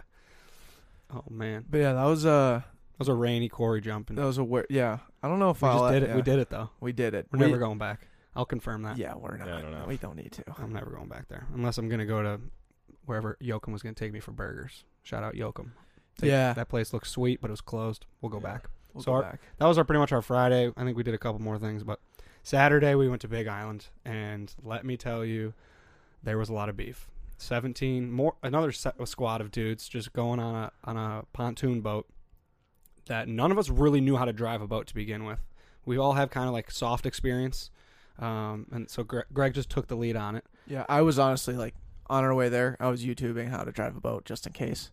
Speaker 1: Oh man,
Speaker 2: But yeah, that was a
Speaker 1: that was a rainy quarry jump, and
Speaker 2: that was a weird. Yeah, I don't know if
Speaker 1: we
Speaker 2: I'll,
Speaker 1: just did it.
Speaker 2: yeah.
Speaker 1: We did it though.
Speaker 2: We did it.
Speaker 1: We're
Speaker 2: We-
Speaker 1: never going back. I'll confirm that.
Speaker 2: Yeah, we're not.
Speaker 3: Yeah, I don't know.
Speaker 2: We don't need to.
Speaker 1: I'm never going back there unless I'm gonna go to wherever Yoakum was gonna take me for burgers. Shout out Yoakum. Take-
Speaker 2: Yeah.
Speaker 1: that place looked sweet, but it was closed. We'll go
Speaker 3: Yeah.
Speaker 1: back.
Speaker 2: We'll
Speaker 1: So
Speaker 2: go
Speaker 1: our-
Speaker 2: back.
Speaker 1: That was our pretty much our Friday. I think we did a couple more things, but Saturday we went to Big Island, and let me tell you, there was a lot of beef. Seventeen more, another set, a squad of dudes just going on a on a pontoon boat that none of us really knew how to drive a boat to begin with. We all have kind of like soft experience, um, and so Gre- Greg just took the lead on it.
Speaker 2: Yeah, I was honestly like on our way there. I was YouTubing how to drive a boat just in case.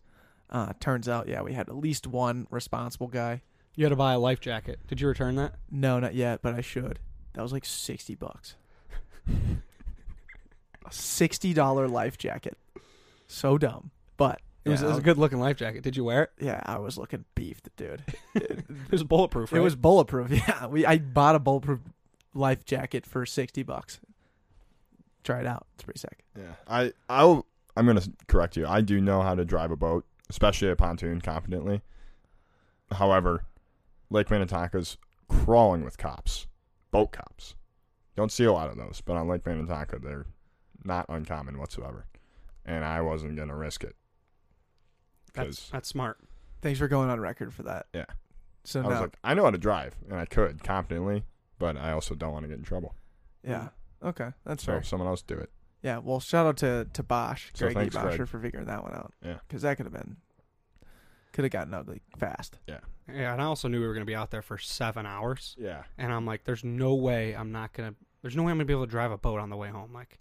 Speaker 2: Uh, turns out, yeah, we had at least one responsible guy.
Speaker 1: You had to buy a life jacket. Did you return that? [laughs]
Speaker 2: No, not yet, but I should. That was like sixty bucks. a sixty dollar life jacket. So dumb, but
Speaker 1: It was,
Speaker 2: yeah,
Speaker 1: it was a good looking life jacket. Did you wear it?
Speaker 2: yeah, I was looking beefed, dude.
Speaker 1: [laughs] It was bulletproof.
Speaker 2: It
Speaker 1: right?
Speaker 2: was [laughs] bulletproof. Yeah, we I bought a bulletproof life jacket for sixty bucks. try it out. It's pretty sick.
Speaker 3: Yeah, I I'll I'm gonna s- correct you. I do know how to drive a boat, especially a pontoon, confidently. However, Lake Minnetonka's crawling with cops, boat cops. Don't see a lot of those, but on Lake Minnetonka, they're not uncommon whatsoever. And I wasn't gonna risk it
Speaker 1: That's
Speaker 3: because
Speaker 1: that's smart.
Speaker 2: Thanks for going on record for that.
Speaker 3: Yeah.
Speaker 2: So
Speaker 3: I
Speaker 2: now,
Speaker 3: was like, I know how to drive, and I could confidently, but I also don't want to get in trouble.
Speaker 2: yeah, okay, that's
Speaker 3: So
Speaker 2: fair.
Speaker 3: someone else do it.
Speaker 2: Yeah, well, shout out to to Bosch,
Speaker 3: So
Speaker 2: Greg E.
Speaker 3: thanks,
Speaker 2: Bosher,
Speaker 3: Greg.
Speaker 2: for figuring that one out.
Speaker 3: Yeah.
Speaker 2: because that could have been, could have gotten ugly fast.
Speaker 1: Yeah, and I also knew we were gonna be out there for seven hours,
Speaker 3: Yeah,
Speaker 1: and I'm like, there's no way I'm not gonna. There's no way I'm gonna be able to drive a boat on the way home. Like,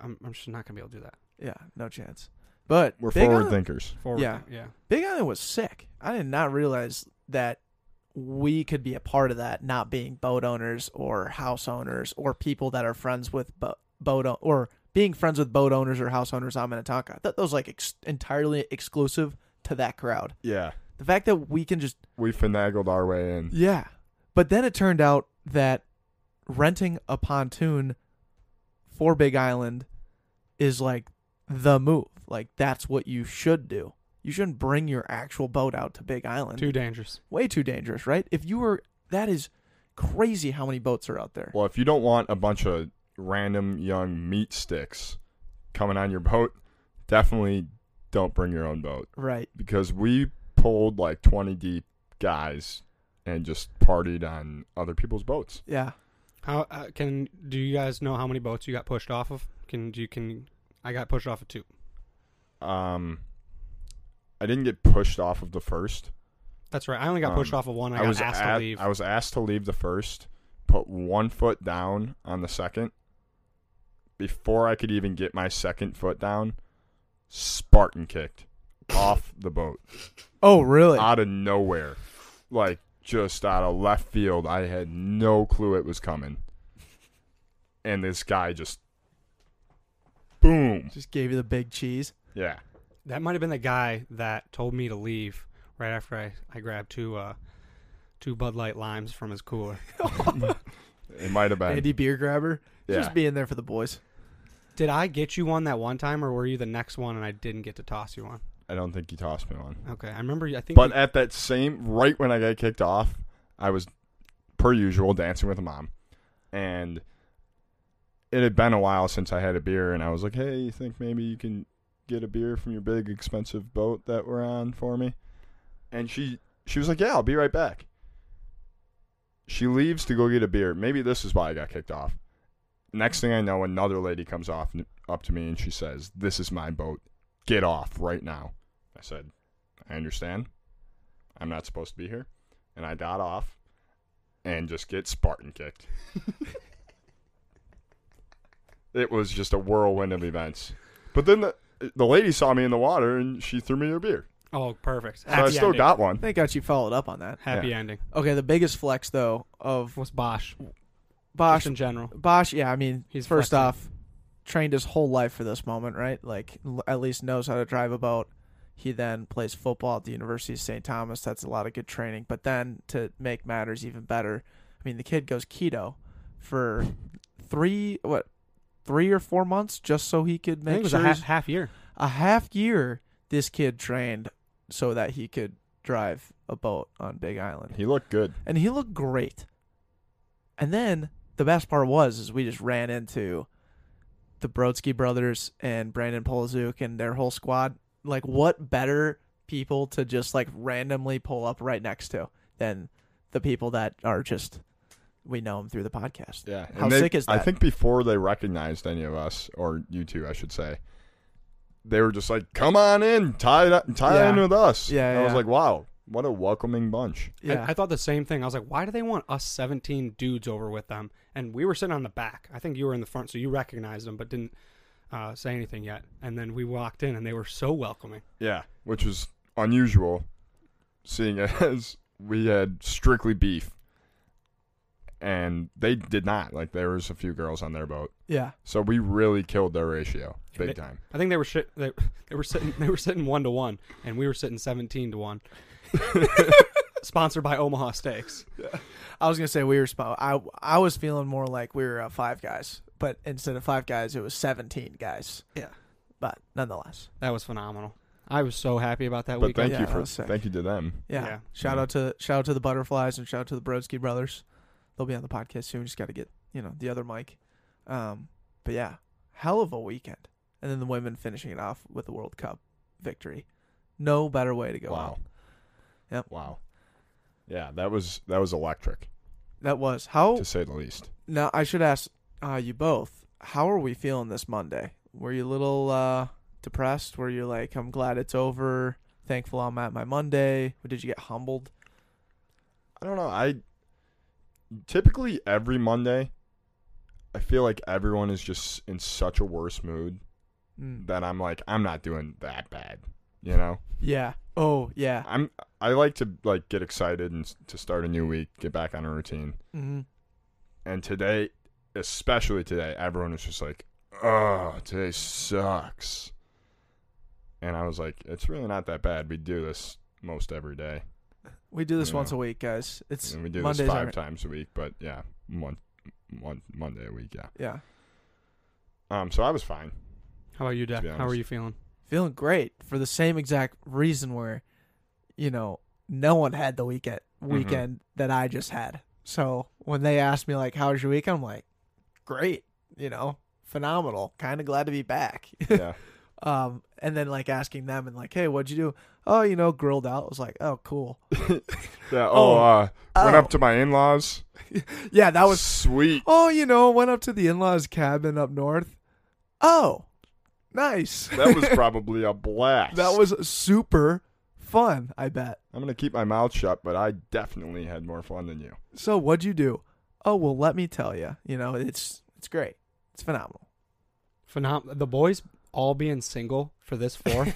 Speaker 1: I'm I'm just not gonna be able to do that.
Speaker 2: Yeah, no chance. But
Speaker 3: we're
Speaker 2: Big
Speaker 3: forward
Speaker 2: Island-
Speaker 3: thinkers.
Speaker 1: Forward,
Speaker 2: Yeah.
Speaker 1: yeah.
Speaker 2: Big Island was sick. I did not realize that we could be a part of that, not being boat owners or house owners or people that are friends with bo- boat o- or being friends with boat owners or house owners on Minnetonka. I thought that was like ex- entirely exclusive to that crowd.
Speaker 3: Yeah,
Speaker 2: The fact that we can just
Speaker 3: we finagled our way in.
Speaker 2: yeah, but then it turned out that renting a pontoon for Big Island is like the move. Like that's what you should do. You shouldn't bring your actual boat out to Big Island
Speaker 1: Too dangerous.
Speaker 2: way too dangerous, right? If you were, that is crazy how many boats are out there.
Speaker 3: Well, if you don't want a bunch of random young meat sticks coming on your boat, definitely don't bring your own boat
Speaker 2: Right.
Speaker 3: because we pulled like 20 deep guys and just partied on other people's boats.
Speaker 2: Yeah.
Speaker 1: How uh, can do you guys know how many boats you got pushed off of? Can do you can I got pushed off of two.
Speaker 3: Um, I didn't get pushed off of the first.
Speaker 1: That's right. I only got pushed
Speaker 3: Um,
Speaker 1: off of one. I, got
Speaker 3: was
Speaker 1: asked
Speaker 3: at-
Speaker 1: to leave.
Speaker 3: I was asked to leave the first, put one foot down on the second. Before I could even get my second foot down, Spartan kicked off the boat.
Speaker 2: Oh, really?
Speaker 3: out of nowhere, like just out of left field. I had no clue it was coming, and this guy just boom,
Speaker 2: Just gave you the big cheese. [laughs]
Speaker 3: yeah,
Speaker 1: that might have been the guy that told me to leave right after I, I grabbed two uh two Bud Light limes from his cooler.
Speaker 3: it might have been,
Speaker 2: Andy beer grabber.
Speaker 3: yeah,
Speaker 2: Just being there for the boys.
Speaker 1: Did I get you one that one time, or were you the next one and I didn't get to toss you one?
Speaker 3: I don't think he tossed me one.
Speaker 1: Okay, I remember. you- I think.
Speaker 3: But
Speaker 1: you-
Speaker 3: at that same, right when I got kicked off, I was, per usual, dancing with mom, and it had been a while since I had a beer, and I was like, "Hey, you think maybe you can get a beer from your big expensive boat that we're on for me?" And she she was like, "Yeah, I'll be right back." She leaves to go get a beer. Maybe this is why I got kicked off. Next thing I know, another lady comes off up to me and she says, "This is my boat. Get off right now." I said, I understand. I'm not supposed to be here. And I got off and just get Spartan kicked. [laughs] it was just a whirlwind of events. But then the, the lady saw me in the water and she threw me her beer.
Speaker 1: oh, perfect.
Speaker 3: So I still
Speaker 1: ending.
Speaker 3: got one.
Speaker 2: Thank God you followed up on that.
Speaker 1: happy
Speaker 3: yeah.
Speaker 1: ending.
Speaker 2: Okay, the biggest flex, though, of
Speaker 1: Was Bosch?
Speaker 2: Bosch.
Speaker 1: Just in general.
Speaker 2: Bosch, yeah, I mean,
Speaker 1: He's
Speaker 2: first
Speaker 1: flexing.
Speaker 2: off, trained his whole life for this moment, right? Like, l- at least knows how to drive a boat. He then plays football at the University of St. Thomas. That's a lot of good training. But then to make matters even better, I mean, the kid goes keto for three, what, three or four months just so he could
Speaker 1: I think it
Speaker 2: make
Speaker 1: was
Speaker 2: sure
Speaker 1: a
Speaker 2: he's-
Speaker 1: half, half year.
Speaker 2: a half year this kid trained so that he could drive a boat on Big Island
Speaker 3: He looked good.
Speaker 2: and he looked great. And then the best part was is we just ran into the Brodsky brothers and Brandon Polzuk and their whole squad. Like what better people to just like randomly pull up right next to than the people that are just we know them through the podcast.
Speaker 3: Yeah.
Speaker 2: How sick is
Speaker 3: I
Speaker 2: that?
Speaker 3: think before they recognized any of us, or you two, I should say, they were just like, come on in, tie, it up- tie
Speaker 2: Yeah.
Speaker 3: in with us.
Speaker 2: Yeah,
Speaker 3: And I was
Speaker 2: yeah.
Speaker 3: like, wow, what a welcoming bunch.
Speaker 2: Yeah.
Speaker 1: I, I thought the same thing. I was like, why do they want us 17 dudes over with them? And we were sitting on the back. I think you were in the front, so you recognized them, but didn't uh, say anything yet. And then we walked in, and they were so welcoming.
Speaker 3: Yeah, which was unusual, seeing [laughs] as we had strictly beef, and they did not. Like there was a few girls on their boat,
Speaker 2: yeah.
Speaker 3: so we really killed their ratio big
Speaker 1: They-
Speaker 3: time.
Speaker 1: I think they were shit. They, they were sitting. They were sitting one to one, and we were sitting 17 to one. [laughs] Sponsored by Omaha Steaks.
Speaker 2: I was gonna say we were. Spo- I I was feeling more like we were uh, five guys but instead of five guys, it was seventeen guys.
Speaker 1: Yeah.
Speaker 2: but nonetheless,
Speaker 1: That was phenomenal. I was so happy about that
Speaker 3: But
Speaker 1: weekend.
Speaker 3: thank
Speaker 2: Yeah,
Speaker 3: you
Speaker 2: that
Speaker 3: for
Speaker 2: was sick.
Speaker 3: thank you to them.
Speaker 2: yeah.
Speaker 1: Yeah.
Speaker 2: Shout
Speaker 3: Yeah.
Speaker 2: out to shout out to the butterflies and shout out to the Brodsky brothers. They'll be on the podcast soon. Just got to get you know the other mic. Um, but yeah, hell of a weekend, and then the women finishing it off with the World Cup victory. No better way to go
Speaker 3: wow.
Speaker 2: out. Yep.
Speaker 3: Wow. Yeah, that was that was electric
Speaker 2: That was how
Speaker 3: to say the least.
Speaker 2: Now I should ask uh, you both: How are we feeling this Monday? Were you a little uh, depressed? Were you like, "I'm glad it's over. Thankful I'm at my Monday"? Or did you get humbled?
Speaker 3: I don't know. I typically every Monday I feel like everyone is just in such a worse mood
Speaker 2: Mm.
Speaker 3: that I'm like I'm not doing that bad, you know?
Speaker 2: Yeah. Oh, yeah.
Speaker 3: I'm I like to like get excited and s- to start a new week, get back on a routine.
Speaker 2: Mm-hmm.
Speaker 3: And today, especially today, everyone was just like, "Oh, today sucks." And I was like, "It's really not that bad. We do this most every day,
Speaker 2: We do this
Speaker 3: Yeah.
Speaker 2: once a week, guys. It's
Speaker 3: and we do
Speaker 2: Mondays
Speaker 3: this five
Speaker 2: aren't-
Speaker 3: times a week." But yeah, one, one Monday a week, yeah.
Speaker 2: yeah,
Speaker 3: Um, so I was fine.
Speaker 2: [laughs]
Speaker 1: How about you, Deck?
Speaker 3: be
Speaker 1: How are
Speaker 3: honest.
Speaker 1: you feeling?
Speaker 2: feeling great for the same exact reason where, you know, no one had the weekend
Speaker 3: Mm-hmm.
Speaker 2: weekend that I just had. So when they asked me like, "How's your week?" I'm like, "Great," you know, phenomenal. Kind of glad to be back. [laughs]
Speaker 3: Yeah,
Speaker 2: um, and then like asking them and like, hey, what'd you do? Oh, you know, grilled out. I was like, oh, cool. [laughs]
Speaker 3: yeah.
Speaker 2: Oh.
Speaker 3: Oh, uh, went
Speaker 2: Oh.
Speaker 3: up to my in-laws.
Speaker 2: Yeah, that
Speaker 3: That
Speaker 2: was. [laughs]
Speaker 3: was sweet.
Speaker 2: Oh, you know, went up to the in-laws' cabin up north. Oh, nice. [laughs]
Speaker 3: That was probably a blast.
Speaker 2: that was super fun. I bet.
Speaker 3: I'm gonna keep my mouth shut, but I definitely had more fun than you.
Speaker 2: So what'd you do? Oh well, let me tell you. You know, it's it's great. It's phenomenal.
Speaker 1: Phenom- the boys all being single for this
Speaker 3: [laughs]
Speaker 1: fourth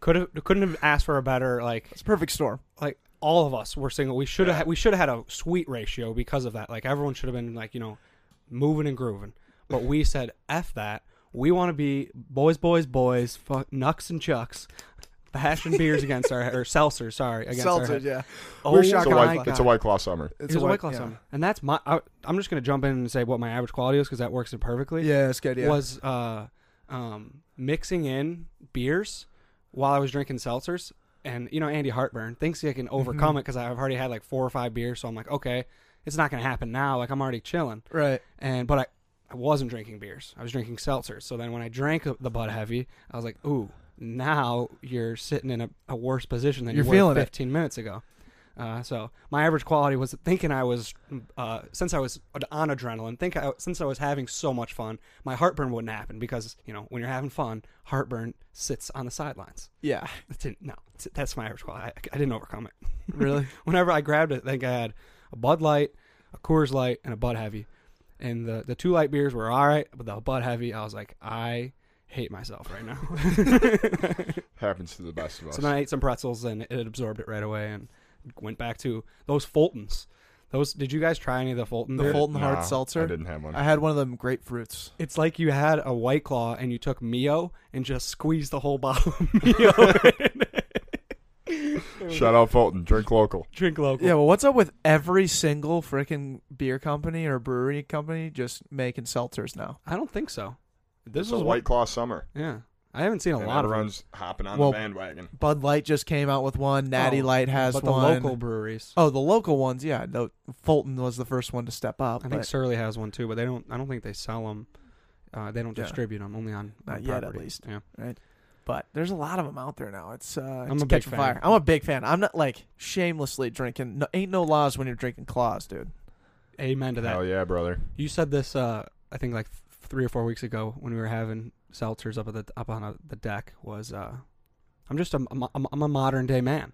Speaker 1: could have couldn't have asked for a better like
Speaker 2: [laughs] It's a perfect storm.
Speaker 1: like all of us were single. We should have
Speaker 3: Yeah.
Speaker 1: we should have had a sweet ratio because of that. Like everyone should have been like you know moving and grooving. But
Speaker 3: [laughs]
Speaker 1: we said f that. We want to be boys, boys, boys, fuck nucks and chucks, bashing beers against our head, or seltzer, sorry, against our
Speaker 2: Seltzer,
Speaker 1: head.
Speaker 2: yeah.
Speaker 1: Oh
Speaker 2: We're shocked
Speaker 3: It's a
Speaker 2: my
Speaker 3: white,
Speaker 2: God.
Speaker 3: it's a white claw summer.
Speaker 1: It was a white claw
Speaker 2: yeah.
Speaker 1: summer, and that's my. I, I'm just gonna jump in and say what my average quality is because that works in perfectly.
Speaker 2: Yeah, it's good. Yeah.
Speaker 1: was uh, um, mixing in beers while I was drinking seltzers. And, you know, Andy Hartburn thinks he can overcome it because I've already had like four or five beers. So I'm like, okay, it's not going to happen now. Like, I'm already chilling.
Speaker 2: right.
Speaker 1: And, but I, I wasn't drinking beers. I was drinking seltzers. So then when I drank the Bud Heavy, I was like, ooh, now you're sitting in a, a worse position than
Speaker 2: You're
Speaker 1: you were
Speaker 2: feeling it.
Speaker 1: 15 minutes ago. Uh, so my average quality was thinking I was, uh, since I was on adrenaline, think I, since I was having so much fun, my heartburn wouldn't happen because you know when you're having fun, heartburn sits on the sidelines.
Speaker 2: Yeah.
Speaker 1: It didn't, no, that's my average quality. I, I didn't overcome it. [laughs]
Speaker 2: Really.
Speaker 1: Whenever I grabbed it, I think I had a Bud Light, a Coors Light, and a Bud Heavy, and the the two light beers were all right, but the Bud Heavy, I was like, I hate myself right now. [laughs]
Speaker 3: Happens to the best of us.
Speaker 1: So then I ate some pretzels and it absorbed it right away and went back to those Fultons. Those did you guys try any of the Fulton?
Speaker 2: The
Speaker 1: beer?
Speaker 2: Fulton hard
Speaker 3: Nah,
Speaker 2: seltzer.
Speaker 3: I didn't have one.
Speaker 2: I had one of them grapefruits.
Speaker 1: It's like you had a white claw and you took Mio and just squeezed the whole [laughs] bottle of Mio.
Speaker 3: Shout out Fulton. Drink local.
Speaker 1: Drink local.
Speaker 2: Yeah, well, what's up with every single freaking beer company or brewery company just making seltzers now?
Speaker 1: I don't think so.
Speaker 3: This
Speaker 1: This
Speaker 3: is
Speaker 1: was
Speaker 3: a White Claw summer.
Speaker 1: one- Yeah, I haven't seen a
Speaker 3: and
Speaker 1: lot of runs,
Speaker 3: everyone's hopping on
Speaker 2: Well,
Speaker 3: the bandwagon.
Speaker 2: Bud Light just came out with one. Natty
Speaker 1: Oh,
Speaker 2: Light has
Speaker 1: but the
Speaker 2: one.
Speaker 1: local breweries.
Speaker 2: oh, the local ones, yeah. No, Fulton was the first one to step up.
Speaker 1: I think
Speaker 2: but
Speaker 1: Surly has one too, but they don't. I don't think they sell them. Uh, they don't
Speaker 2: Yeah.
Speaker 1: distribute them only on,
Speaker 2: Not
Speaker 1: on
Speaker 2: yet, at
Speaker 1: property.
Speaker 2: least.
Speaker 1: Yeah,
Speaker 2: But there's a lot of them out there now. It's uh,
Speaker 1: I'm
Speaker 2: it's
Speaker 1: a big
Speaker 2: catching
Speaker 1: fan.
Speaker 2: fire. I'm a big fan. I'm not like shamelessly drinking. No, ain't no laws when you're drinking claws, dude.
Speaker 1: amen to that.
Speaker 3: Hell yeah, brother.
Speaker 1: You said this, uh, I think, like th- three or four weeks ago when we were having seltzers up at the up on uh the deck. Was uh, I'm just a I'm, I'm, I'm a modern day man.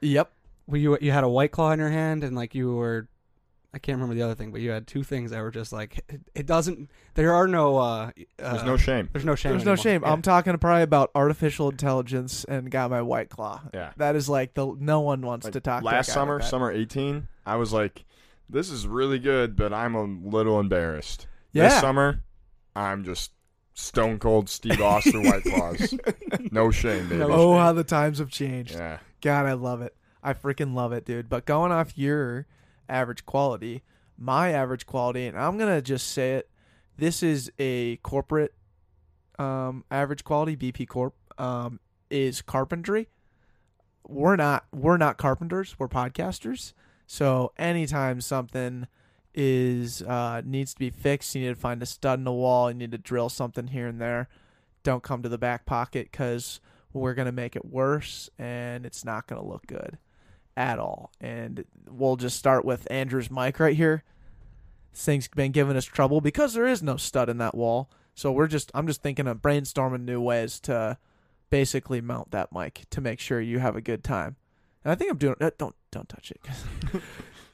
Speaker 2: Yep.
Speaker 1: Well, you you had a white claw in your hand, and like you were, I can't remember the other thing, but you had two things that were just like it, it doesn't. There are no. Uh,
Speaker 3: There's
Speaker 1: uh,
Speaker 3: no shame.
Speaker 1: There's no shame.
Speaker 2: There's no
Speaker 1: anymore.
Speaker 2: shame.
Speaker 1: Yeah.
Speaker 2: I'm talking probably about artificial intelligence and got my white claw.
Speaker 3: Yeah.
Speaker 2: That is like the no one wants
Speaker 3: Like,
Speaker 2: to talk. to a
Speaker 3: Last
Speaker 2: guy
Speaker 3: summer,
Speaker 2: like that.
Speaker 3: summer 18, I was like, this is really good, but I'm a little embarrassed. This
Speaker 2: yeah,
Speaker 3: summer, I'm just stone cold Steve Austin White
Speaker 1: [laughs]
Speaker 3: Claws. No shame, baby.
Speaker 1: No
Speaker 2: oh, how the times have changed.
Speaker 3: Yeah.
Speaker 2: God, I love it. I freaking love it, dude. But going off your average quality, my average quality, and I'm gonna just say it This is a corporate um, average quality BP Corp um, is carpentry. We're not we're not carpenters. We're podcasters. So anytime something is uh, needs to be fixed, you need to find a stud in the wall. You need to drill something here and there. Don't come to the back pocket because we're gonna make it worse and it's not gonna look good at all. And we'll just start with Andrew's mic right here. This thing's been giving us trouble because there is no stud in that wall. So we're just I'm just thinking of brainstorming new ways to basically mount that mic to make sure you have a good time. And I think I'm doing uh, don't don't touch it. [laughs] 'cause-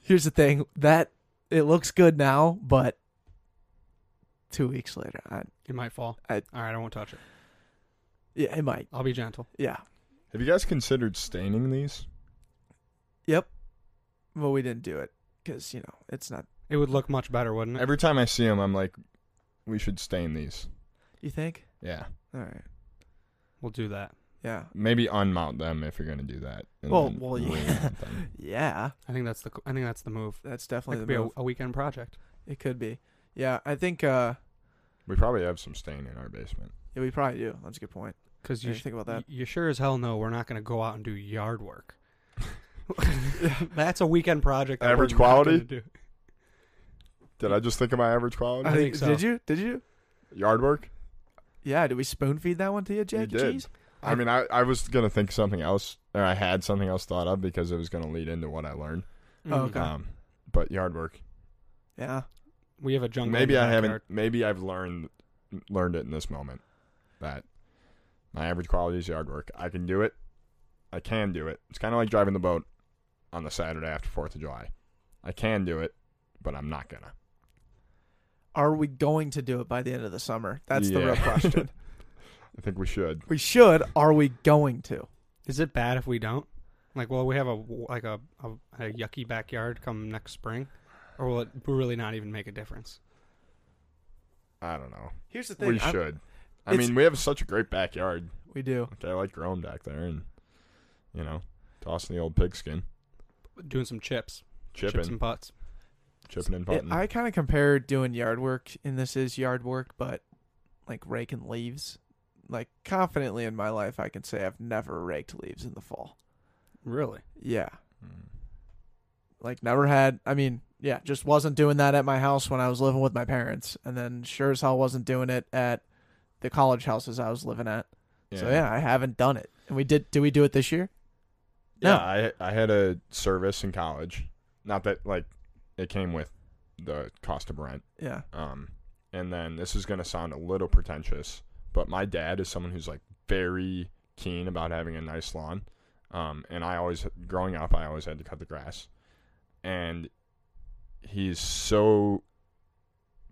Speaker 2: Here's the thing that it looks good now, but two weeks later, I,
Speaker 1: It might fall.
Speaker 2: I-
Speaker 1: All right, I won't touch it.
Speaker 2: yeah, it might.
Speaker 1: I'll be gentle.
Speaker 2: Yeah.
Speaker 3: Have you guys considered staining these?
Speaker 2: Yep. Well, we didn't do it because you know it's not.
Speaker 1: It would look much better, wouldn't it?
Speaker 3: Every time I see them, I'm like, we should stain these.
Speaker 2: You think?
Speaker 3: Yeah,
Speaker 2: All right.
Speaker 1: We'll do that.
Speaker 2: Yeah.
Speaker 3: maybe unmount them if you're gonna do that. and
Speaker 2: Well,
Speaker 3: then
Speaker 2: well, yeah.
Speaker 3: remount them.
Speaker 2: [laughs] Yeah.
Speaker 1: I think that's the I think that's the move.
Speaker 2: That's
Speaker 1: That
Speaker 2: definitely
Speaker 1: could
Speaker 2: the
Speaker 1: be
Speaker 2: move.
Speaker 1: a, a weekend project.
Speaker 2: It could be. Yeah, I think. uh
Speaker 3: We probably have some stain in our basement.
Speaker 2: Yeah, we probably do. That's a good point.
Speaker 1: Because
Speaker 2: I
Speaker 1: you
Speaker 2: didn't think about that.
Speaker 1: y- You sure as hell know we're not going to go out and do yard
Speaker 2: [laughs]
Speaker 1: work. [laughs] That's a weekend project. that we're
Speaker 3: Average
Speaker 1: not gonna
Speaker 3: quality?
Speaker 1: do.
Speaker 3: Did I just think of my average quality?
Speaker 1: I think so.
Speaker 2: Did you? Did you?
Speaker 3: Yard work.
Speaker 2: Yeah. Did we spoon feed that one to you, Jake?
Speaker 3: did.
Speaker 2: Cheese?
Speaker 3: I mean, I, I was gonna think something else, or I had something else thought of because it was gonna lead into what I learned.
Speaker 1: Mm.
Speaker 2: Oh, Okay.
Speaker 3: Um, but yard work.
Speaker 2: Yeah.
Speaker 1: We have a jungle. in
Speaker 3: Maybe
Speaker 1: the
Speaker 3: I haven't.
Speaker 1: backyard.
Speaker 3: Maybe I've learned learned it in this moment that my average quality is yard work. I can do it. I can do it. It's kind of like driving the boat on the Saturday after Fourth of July. I can do it, but I'm not gonna.
Speaker 2: Are we going to do it by the end of the summer? That's the real
Speaker 3: Yeah. [laughs]
Speaker 2: question.
Speaker 3: I think we should.
Speaker 2: we should. Are we going to?
Speaker 1: Is it bad if we don't? Like, well, we have a like a, a, a yucky backyard come next spring, or will it really not even make a difference?
Speaker 3: I don't know.
Speaker 2: Here's the thing.
Speaker 3: We
Speaker 2: I'm-
Speaker 3: should. I
Speaker 2: it's-
Speaker 3: mean, we have such a great backyard.
Speaker 2: We do.
Speaker 3: Like, I like growing back there, and you know, tossing the old pigskin,
Speaker 1: Doing some chips, chips
Speaker 3: chipping,
Speaker 1: and putts.
Speaker 3: chipping and
Speaker 2: Yeah,
Speaker 3: putting.
Speaker 2: I kind of compare doing yard work, and this is yard work, but like raking leaves. Like confidently in my life, I can say I've never raked leaves in the fall.
Speaker 1: Really?
Speaker 2: Yeah,
Speaker 3: Mm.
Speaker 2: like never had. I mean, yeah, just wasn't doing that at my house when I was living with my parents, and then sure as hell wasn't doing it at the college houses I was living at. So yeah, I haven't done it. And we did. Did we do it this year?
Speaker 3: Yeah,
Speaker 2: No.
Speaker 3: I I had a service in college. Not that like it came with the cost of rent.
Speaker 2: Yeah.
Speaker 3: Um, and then this is gonna sound a little pretentious, but my dad is someone who's like very keen about having a nice lawn. Um, and I always growing up, I always had to cut the grass, and he's so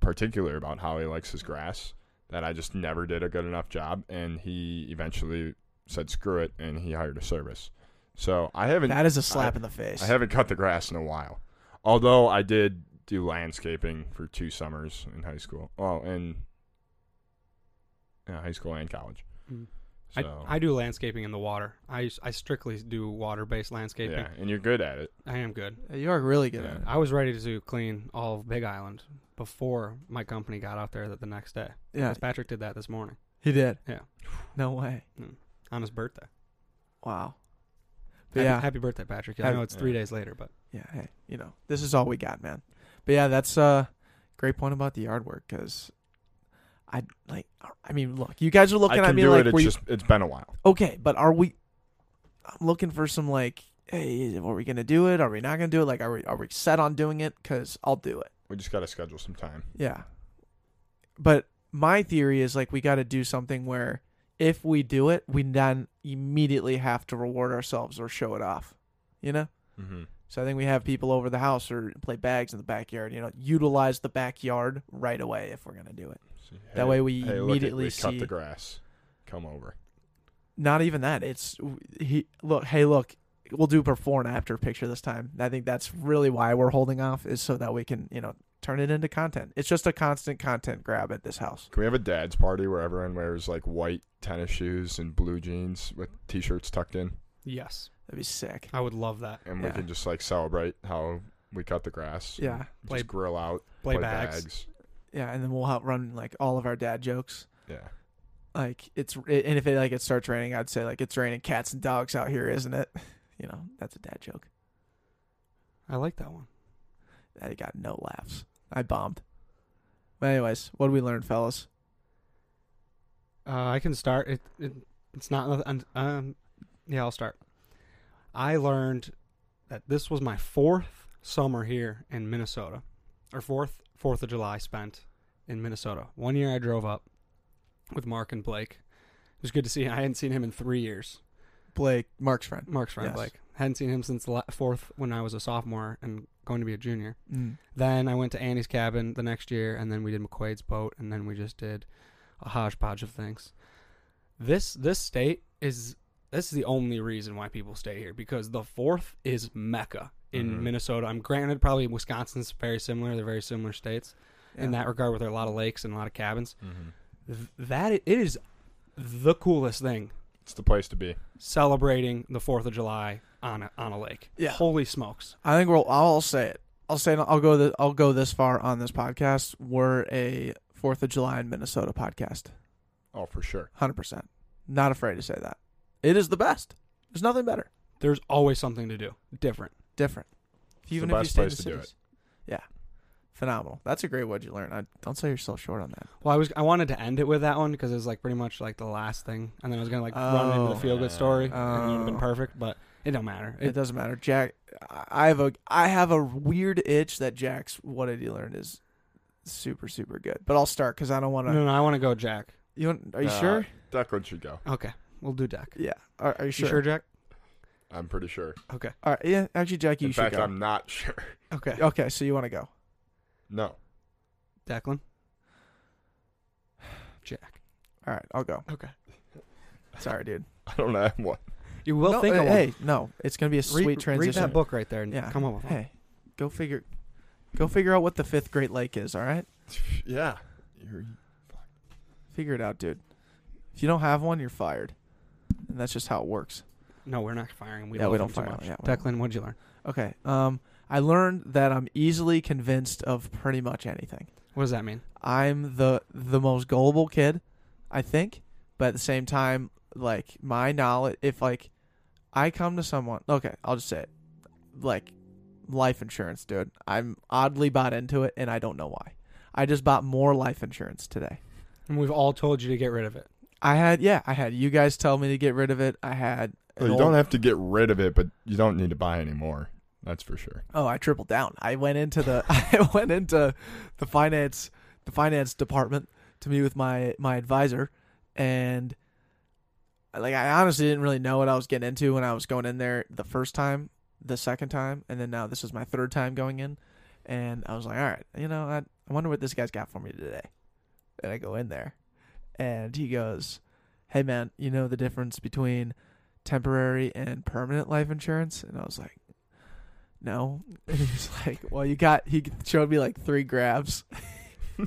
Speaker 3: particular about how he likes his grass that I just never did a good enough job, and he eventually said screw it, and he hired a service. So I haven't
Speaker 2: That is a slap in the face.
Speaker 3: I haven't cut the grass in a while. Although I did do landscaping for two summers in high school. Well, in yeah, high school and college.
Speaker 2: Hmm.
Speaker 1: Mm.
Speaker 3: So,
Speaker 1: I, I do landscaping in the water. I, s- I strictly do water based landscaping.
Speaker 3: yeah, and you're good at it.
Speaker 1: I am good.
Speaker 2: You are really good at
Speaker 3: Yeah.
Speaker 2: it.
Speaker 1: I was ready to do clean all of Big Island before my company got out there that the next day.
Speaker 2: Yeah,
Speaker 1: Patrick did that this morning
Speaker 2: he did.
Speaker 1: Yeah.
Speaker 2: No way.
Speaker 1: on his birthday.
Speaker 2: Wow. But
Speaker 1: Happy,
Speaker 2: yeah.
Speaker 1: happy birthday, Patrick. I
Speaker 2: Happy-
Speaker 1: know it's three
Speaker 3: yeah.
Speaker 1: days later, but
Speaker 2: yeah, hey, you know, this is all we got, man. But yeah, that's a great point about the yard work because I like. uh, I mean, look, you guys are looking
Speaker 3: I
Speaker 2: at
Speaker 3: can
Speaker 2: me
Speaker 3: do
Speaker 2: like
Speaker 3: it.
Speaker 2: we
Speaker 3: It's just it's been a while.
Speaker 2: okay, but are we? I'm looking for some like, hey, are we gonna do it? Are we not gonna do it? Like, are we are we set on doing it? Because I'll do it.
Speaker 3: We just got to schedule some time.
Speaker 2: Yeah. But my theory is like we got to do something where if we do it, we then immediately have to reward ourselves or show it off. You know.
Speaker 3: Mm-hmm.
Speaker 2: So I think we have people over the house or play bags in the backyard. You know, utilize the backyard right away if we're gonna do it. That way we immediately
Speaker 3: we cut
Speaker 2: see-
Speaker 3: the grass. Come over.
Speaker 2: Not even that. It's he look. Hey, look. We'll do before and after picture this time. I think that's really why we're holding off is so that we can you know turn it into content. It's just a constant content grab at this house.
Speaker 3: Can we have a dad's party where everyone wears like white tennis shoes and blue jeans with t-shirts tucked in,
Speaker 1: yes,
Speaker 2: That'd be sick.
Speaker 1: I would love that.
Speaker 3: and
Speaker 2: Yeah.
Speaker 3: we can just like celebrate how we cut the grass.
Speaker 2: Yeah.
Speaker 3: Just
Speaker 1: Play-
Speaker 3: grill out.
Speaker 1: Play, bags.
Speaker 3: bags.
Speaker 2: yeah, and then we'll help run like all of our dad jokes.
Speaker 3: Yeah.
Speaker 2: Like it's and if it like it starts raining, I'd say like it's raining cats and dogs out here, isn't it? [laughs] You know, that's a dad joke.
Speaker 1: I like that one.
Speaker 2: I got no laughs. I bombed. But anyways, what did we learn, fellas?
Speaker 1: Uh, I can start. It, it it's not. and, Um, yeah, I'll start. I learned that this was my fourth summer here in Minnesota, or fourth Fourth of July spent in Minnesota. One year I drove up with Mark and Blake. It was good to see. I hadn't seen him in three years.
Speaker 2: Blake, Mark's friend.
Speaker 1: Mark's friend
Speaker 2: Yes.
Speaker 1: Blake. Hadn't seen him since the la- fourth when I was a sophomore and going to be a junior.
Speaker 2: Mm.
Speaker 1: Then I went to Annie's cabin the next year, and then we did McQuaid's boat, and then we just did a hodgepodge of things. This this state is this is the only reason why people stay here because the fourth is Mecca in
Speaker 2: Mm-hmm.
Speaker 3: Mhm.
Speaker 1: Minnesota. I'm granted probably Wisconsin's very similar. They're very similar states in
Speaker 2: Yeah.
Speaker 1: that regard, where there are a lot of lakes and a lot of cabins.
Speaker 3: Mm-hmm.
Speaker 1: Th- That it is the coolest thing
Speaker 3: It's the place to be.
Speaker 1: celebrating the Fourth of July on a, on a lake.
Speaker 2: Yeah.
Speaker 1: Holy smokes!
Speaker 2: I think we'll. I'll say it. I'll say. It, I'll go. The, I'll go this far on this podcast. We're a Fourth of July in Minnesota podcast.
Speaker 3: Oh, for sure.
Speaker 2: Hundred percent. Not afraid to say that. It is the best. There's nothing better.
Speaker 1: There's always something to do different.
Speaker 2: Different.
Speaker 3: the best place to do it.
Speaker 2: Yeah. Phenomenal. That's a great word you learn. I don't sell yourself short on that.
Speaker 1: Well, I was I wanted to end it with that one because it was like pretty much like the last thing, and then I was gonna like run into
Speaker 2: Oh.
Speaker 1: the feel good story, and it would have been
Speaker 2: Oh.
Speaker 1: perfect, but it don't matter.
Speaker 2: It,
Speaker 1: It,
Speaker 2: doesn't matter, Jack. I- I have a I have a weird itch that Jack's what did you learn is super super good. But I'll start because I don't want to.
Speaker 1: no, no, I want to go, Jack.
Speaker 2: You want, are you
Speaker 3: Nah,
Speaker 2: sure?
Speaker 3: Declan should go.
Speaker 1: Okay, we'll do Jack.
Speaker 2: Yeah. Are, are you sure?
Speaker 1: You sure, Jack?
Speaker 3: I'm pretty sure.
Speaker 1: Okay,
Speaker 2: All right. Yeah. Actually, Jack, you
Speaker 3: In
Speaker 2: should
Speaker 3: fact,
Speaker 2: go.
Speaker 3: I'm not [laughs] sure.
Speaker 1: okay.
Speaker 2: Okay, so you want to go?
Speaker 3: No.
Speaker 1: Declan, Jack.
Speaker 2: All right, I'll go.
Speaker 1: Okay,
Speaker 2: Sorry, dude.
Speaker 3: I don't have one.
Speaker 1: you will
Speaker 2: No,
Speaker 1: think.
Speaker 2: uh,
Speaker 1: of one.
Speaker 2: hey, no, it's gonna be a
Speaker 1: read,
Speaker 2: sweet
Speaker 1: Read
Speaker 2: transition.
Speaker 1: that book right there and
Speaker 2: Yeah.
Speaker 1: come on. With one.
Speaker 2: Hey, go figure, go figure out what the fifth Great Lake is. All right,
Speaker 3: [laughs] Yeah. You're,
Speaker 2: figure it out, dude. If you don't have one, you're fired, and that's just how it works.
Speaker 1: No, we're not firing. We
Speaker 2: Yeah,
Speaker 1: love
Speaker 2: we
Speaker 1: him
Speaker 2: don't
Speaker 1: too
Speaker 2: fire him.
Speaker 1: Much.
Speaker 2: Yeah, we
Speaker 1: Declan, what'd you learn?
Speaker 2: Okay. Um, I learned that I'm easily convinced of pretty much anything.
Speaker 1: What does that mean?
Speaker 2: I'm the the most gullible kid, I think. But at the same time, like my knowledge, if like I come to someone, okay, I'll just say it, like life insurance, dude. I'm oddly bought into it, and I don't know why. I just bought more life insurance today.
Speaker 1: And we've all told you to get rid of it.
Speaker 2: I had yeah, I had you guys tell me to get rid of it. I had an
Speaker 3: Oh, you
Speaker 2: old-
Speaker 3: don't have to get rid of it, but you don't need to buy any more. That's for sure.
Speaker 2: Oh, I tripled down. I went into the [laughs] I went into the finance the finance department to meet with my my advisor and like I honestly didn't really know what I was getting into when I was going in there the first time, the second time, and then now this is my third time going in and I was like, "All right, you know, I I wonder what this guy's got for me today." And I go in there and he goes, "Hey man, you know the difference between temporary and permanent life insurance?" And I was like, no. [laughs] And he's like, well, you got, he showed me like three grabs [laughs]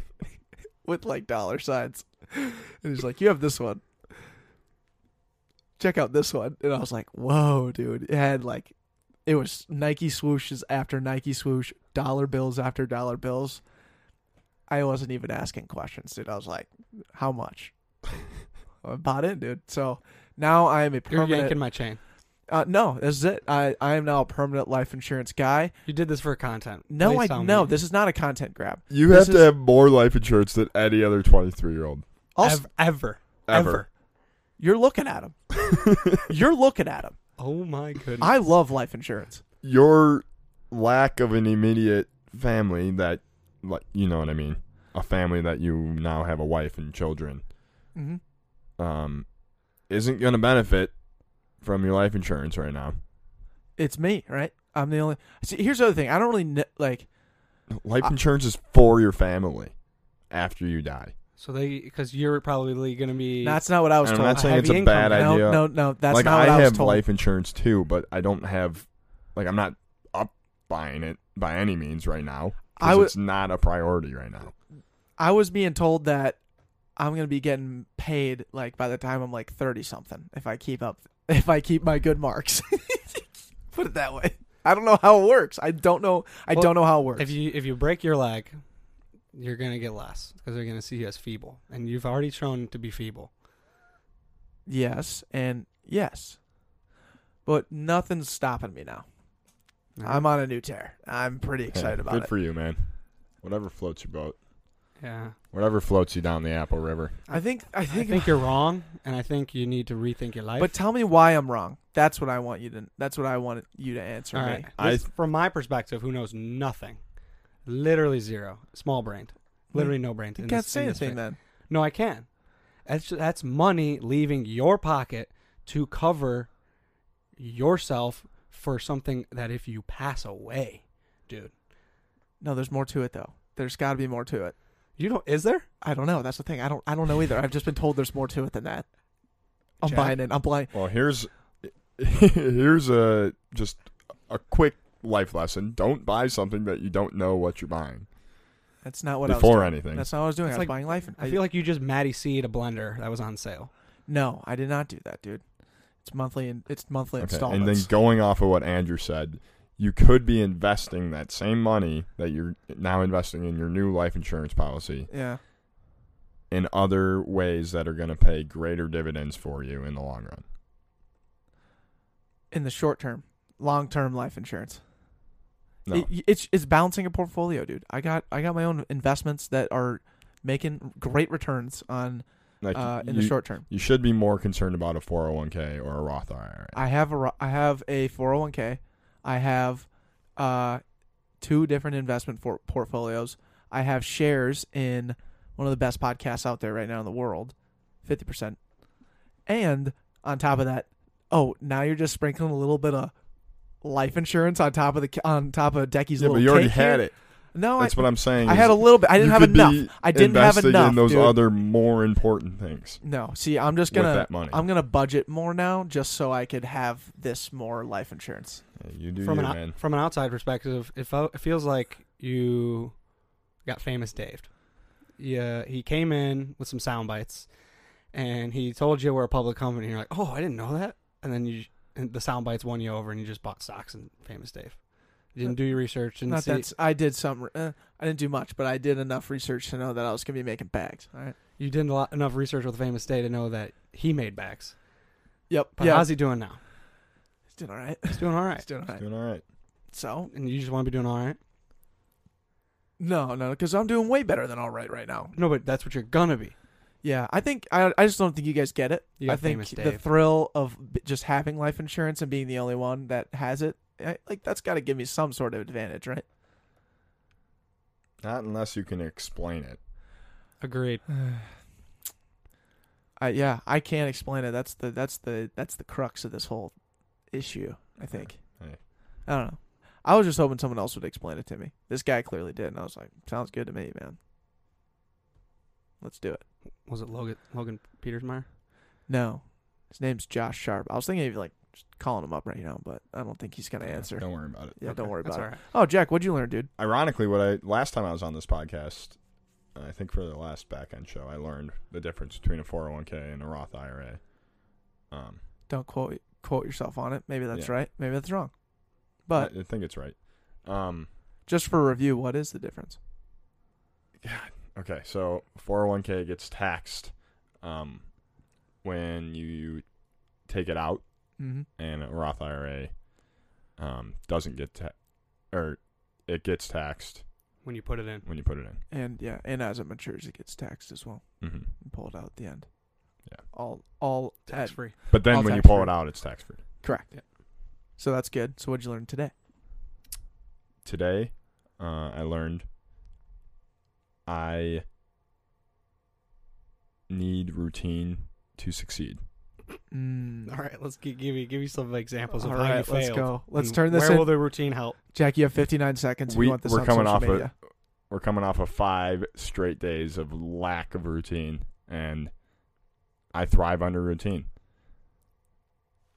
Speaker 2: with like dollar signs. And he's like, you have this one. Check out this one. And I was like, whoa, dude. It had like, it was Nike swooshes after Nike swoosh, dollar bills after dollar bills. I wasn't even asking questions, dude. I was like, how much? [laughs] I bought in, dude. So now I am a
Speaker 1: You're
Speaker 2: permanent.
Speaker 1: yanking my chain.
Speaker 2: Uh, no, this is it. I, I am now a permanent life insurance guy.
Speaker 1: You did this for content.
Speaker 2: No,
Speaker 1: Please
Speaker 2: I
Speaker 1: tell me.
Speaker 2: no. This is not a content grab.
Speaker 3: You
Speaker 2: This
Speaker 3: have to
Speaker 2: is-
Speaker 3: have more life insurance than any other 23 year old
Speaker 2: Also,
Speaker 1: Ev- ever,
Speaker 3: ever. [laughs]
Speaker 1: ever.
Speaker 2: you're looking at him. you're looking at him.
Speaker 1: Oh my goodness.
Speaker 2: I love life insurance.
Speaker 3: Your lack of an immediate family that, like, you know what I mean? A family that you now have a wife and children
Speaker 2: Mm-hmm.
Speaker 3: um, isn't going to benefit from your life insurance right now.
Speaker 2: It's me, right? I'm the only. See, here's the other thing. I don't really kn- like.
Speaker 3: Life
Speaker 2: I-
Speaker 3: insurance is for your family after you die.
Speaker 1: So they, because you're probably going to be.
Speaker 2: That's not what I was
Speaker 3: And
Speaker 2: told.
Speaker 3: I'm not saying
Speaker 1: heavy
Speaker 3: it's a
Speaker 1: income.
Speaker 3: bad
Speaker 2: no,
Speaker 3: idea.
Speaker 2: no, no. That's
Speaker 3: like
Speaker 2: not what
Speaker 3: I,
Speaker 2: I, was
Speaker 3: have
Speaker 2: told.
Speaker 3: life insurance too, but I don't have like I'm not up buying it by any means right now. 'cause
Speaker 2: I would-
Speaker 3: it's not a priority right now.
Speaker 2: I was being told that I'm gonna be getting paid like by the time I'm like thirty something if I keep up if I keep my good marks. [laughs] Put it that way. I don't know how it works. I don't know. I
Speaker 1: Well,
Speaker 2: don't know how it works.
Speaker 1: if you if you break your leg, you're gonna get less because they're gonna see you as feeble, and you've already shown to be feeble.
Speaker 2: Yes, and yes. But nothing's stopping me now.
Speaker 1: No.
Speaker 2: I'm on a new tear. I'm pretty
Speaker 3: Hey,
Speaker 2: excited about
Speaker 3: good
Speaker 2: it.
Speaker 3: for you, man. Whatever floats your boat.
Speaker 1: Yeah,
Speaker 3: Whatever floats you down the Apple River.
Speaker 2: I think I
Speaker 1: I
Speaker 2: think,
Speaker 1: think you're wrong, and I think you need to rethink your life.
Speaker 2: But tell me why I'm wrong. That's what I want you to that's what I want you to answer
Speaker 1: All
Speaker 2: me.
Speaker 1: right.
Speaker 3: I-
Speaker 1: This- from my perspective, who knows nothing, literally zero, small brained, literally no brain.
Speaker 2: You
Speaker 1: in
Speaker 2: can't
Speaker 1: this-
Speaker 2: say
Speaker 1: in this
Speaker 2: anything
Speaker 1: fit.
Speaker 2: then.
Speaker 1: No, I can. That's that's money leaving your pocket to cover yourself for something that if you pass away, dude,
Speaker 2: No, there's more to it though. There's got to be more to it.
Speaker 1: you don't. Is there?
Speaker 2: I don't know. That's the thing. I don't I don't know either. I've just been told there's more to it than that. I'm
Speaker 1: Jack?
Speaker 2: buying it. I'm buying.
Speaker 3: Well, here's [laughs] here's a just a quick life lesson. Don't buy something that you don't know what you're buying
Speaker 2: That's not what I was
Speaker 3: before
Speaker 2: doing.
Speaker 3: anything.
Speaker 2: That's not what I was doing.
Speaker 1: It's
Speaker 2: I was
Speaker 1: like-
Speaker 2: buying life.
Speaker 1: I feel like you just Matty C'd a blender that was on sale.
Speaker 2: No, I did not do that, dude. It's monthly and it's monthly
Speaker 3: Okay,
Speaker 2: installments.
Speaker 3: And then going off of what Andrew said, you could be investing that same money that you're now investing in your new life insurance policy
Speaker 2: yeah.
Speaker 3: in other ways that are going to pay greater dividends for you in the long run.
Speaker 2: in the short term, long term life insurance.
Speaker 3: No.
Speaker 2: It- it's it's balancing a portfolio, dude. I got I got my own investments that are making great returns on
Speaker 3: like
Speaker 2: uh, in
Speaker 3: you,
Speaker 2: the short term.
Speaker 3: you should be more concerned about a 401k or a Roth IRA.
Speaker 2: I have a Ro- I have a 401k. I have uh two different investment for- portfolios. I have shares in one of the best podcasts out there right now in the world, 50%. And on top of that, oh, now you're just sprinkling a little bit of life insurance on top of the ca- on top of Decky's
Speaker 3: yeah,
Speaker 2: little
Speaker 3: but you already
Speaker 2: cake here.
Speaker 3: had it.
Speaker 2: No, I,
Speaker 3: That's what I'm saying.
Speaker 2: I
Speaker 3: is
Speaker 2: had a little bit. I
Speaker 3: you
Speaker 2: didn't have
Speaker 3: could
Speaker 2: enough.
Speaker 3: be
Speaker 2: I didn't have
Speaker 3: investing
Speaker 2: enough.
Speaker 3: in those
Speaker 2: dude.
Speaker 3: other more important things.
Speaker 2: no, see, I'm just gonna
Speaker 3: with that money.
Speaker 2: I'm gonna budget more now just so I could have this more life insurance.
Speaker 3: Yeah, you do,
Speaker 1: from an
Speaker 3: you,
Speaker 1: out-
Speaker 3: man.
Speaker 1: from an outside perspective, it, felt, it feels like you got famous Dave. Yeah, he came in with some sound bites, and he told you we're a public company. And you're like, oh, I didn't know that. And then you and the sound bites won you over, and you just bought stocks in famous Dave. You didn't do your research. Didn't
Speaker 2: Uh, Not
Speaker 1: see.
Speaker 2: that I did some. Uh, I didn't do much, but I did enough research to know that I was gonna be making bags. All right.
Speaker 1: You didn't a lot, enough research with famous Dave to know that he made backs.
Speaker 2: Yep.
Speaker 1: But
Speaker 2: yeah.
Speaker 1: how's he doing now?
Speaker 2: It's doing all right.
Speaker 1: He's doing all
Speaker 2: [laughs]
Speaker 1: right.
Speaker 2: It's doing all right.
Speaker 3: Doing all right.
Speaker 2: So
Speaker 1: And you just want to be doing all right.
Speaker 2: no, no, because I'm doing way better than all right right now.
Speaker 1: No, but that's what you're gonna be.
Speaker 2: Yeah, I think I, I just don't think you guys get it.
Speaker 1: You got
Speaker 2: I think
Speaker 1: famous
Speaker 2: the
Speaker 1: Dave.
Speaker 2: thrill of b- just having life insurance and being the only one that has it, I, like that's got to give me some sort of advantage, right?
Speaker 3: Not unless you can explain it.
Speaker 1: Agreed.
Speaker 2: I yeah, I can't explain it. That's the that's the that's the crux of this whole issue. I think.
Speaker 3: Hey.
Speaker 2: I don't know. I was just hoping someone else would explain it to me. This guy clearly did, and I was like, "Sounds good to me, man. Let's do it."
Speaker 1: Was it Logan Logan Petersmeyer?
Speaker 2: No, his name's Josh Sharp. I was thinking of like just calling him up right now, but I don't think he's gonna answer.
Speaker 3: Don't worry about it.
Speaker 2: Yeah, don't
Speaker 1: Okay,
Speaker 2: worry
Speaker 1: that's
Speaker 2: about it.
Speaker 1: all right.
Speaker 2: Oh, Jack, what'd you learn, dude?
Speaker 3: ironically, what I last time I was on this podcast, I think for the last back end show, I learned the difference between a 401k and a Roth IRA. Um,
Speaker 2: Don't quote quote yourself on it. Maybe that's
Speaker 3: Yeah.
Speaker 2: right. Maybe that's wrong. But
Speaker 3: I, I think it's right. Um,
Speaker 2: just for review, what is the difference?
Speaker 3: okay, so 401k gets taxed um, when you take it out,
Speaker 2: Mm-hmm.
Speaker 3: and a Roth IRA um, doesn't get ta- or it gets taxed
Speaker 1: When you put it in.
Speaker 3: when you put it in.
Speaker 2: And yeah, and as it matures, it gets taxed as well.
Speaker 3: hmm
Speaker 2: And pull it out at the end.
Speaker 3: Yeah.
Speaker 2: All all
Speaker 1: Tax
Speaker 2: at-
Speaker 1: free.
Speaker 3: But then
Speaker 2: All
Speaker 3: when you pull
Speaker 2: tax-free.
Speaker 3: it out, it's tax free.
Speaker 2: correct.
Speaker 1: Yeah.
Speaker 2: So that's good. So what'd you learn today?
Speaker 3: today uh, I learned I need routine to succeed.
Speaker 2: Mm.
Speaker 1: All right, let's gi- give you give you some examples of
Speaker 2: All
Speaker 1: how you
Speaker 2: right, let's
Speaker 1: failed
Speaker 2: go. Let's
Speaker 1: and
Speaker 2: turn this
Speaker 1: Where
Speaker 2: in.
Speaker 1: will the routine help?
Speaker 2: Jack, you have 59 seconds. if
Speaker 3: We-
Speaker 2: you want this
Speaker 3: we're
Speaker 2: on
Speaker 3: coming
Speaker 2: social
Speaker 3: off a-
Speaker 2: media.
Speaker 3: We're coming off of five straight days of lack of routine, and I thrive under routine.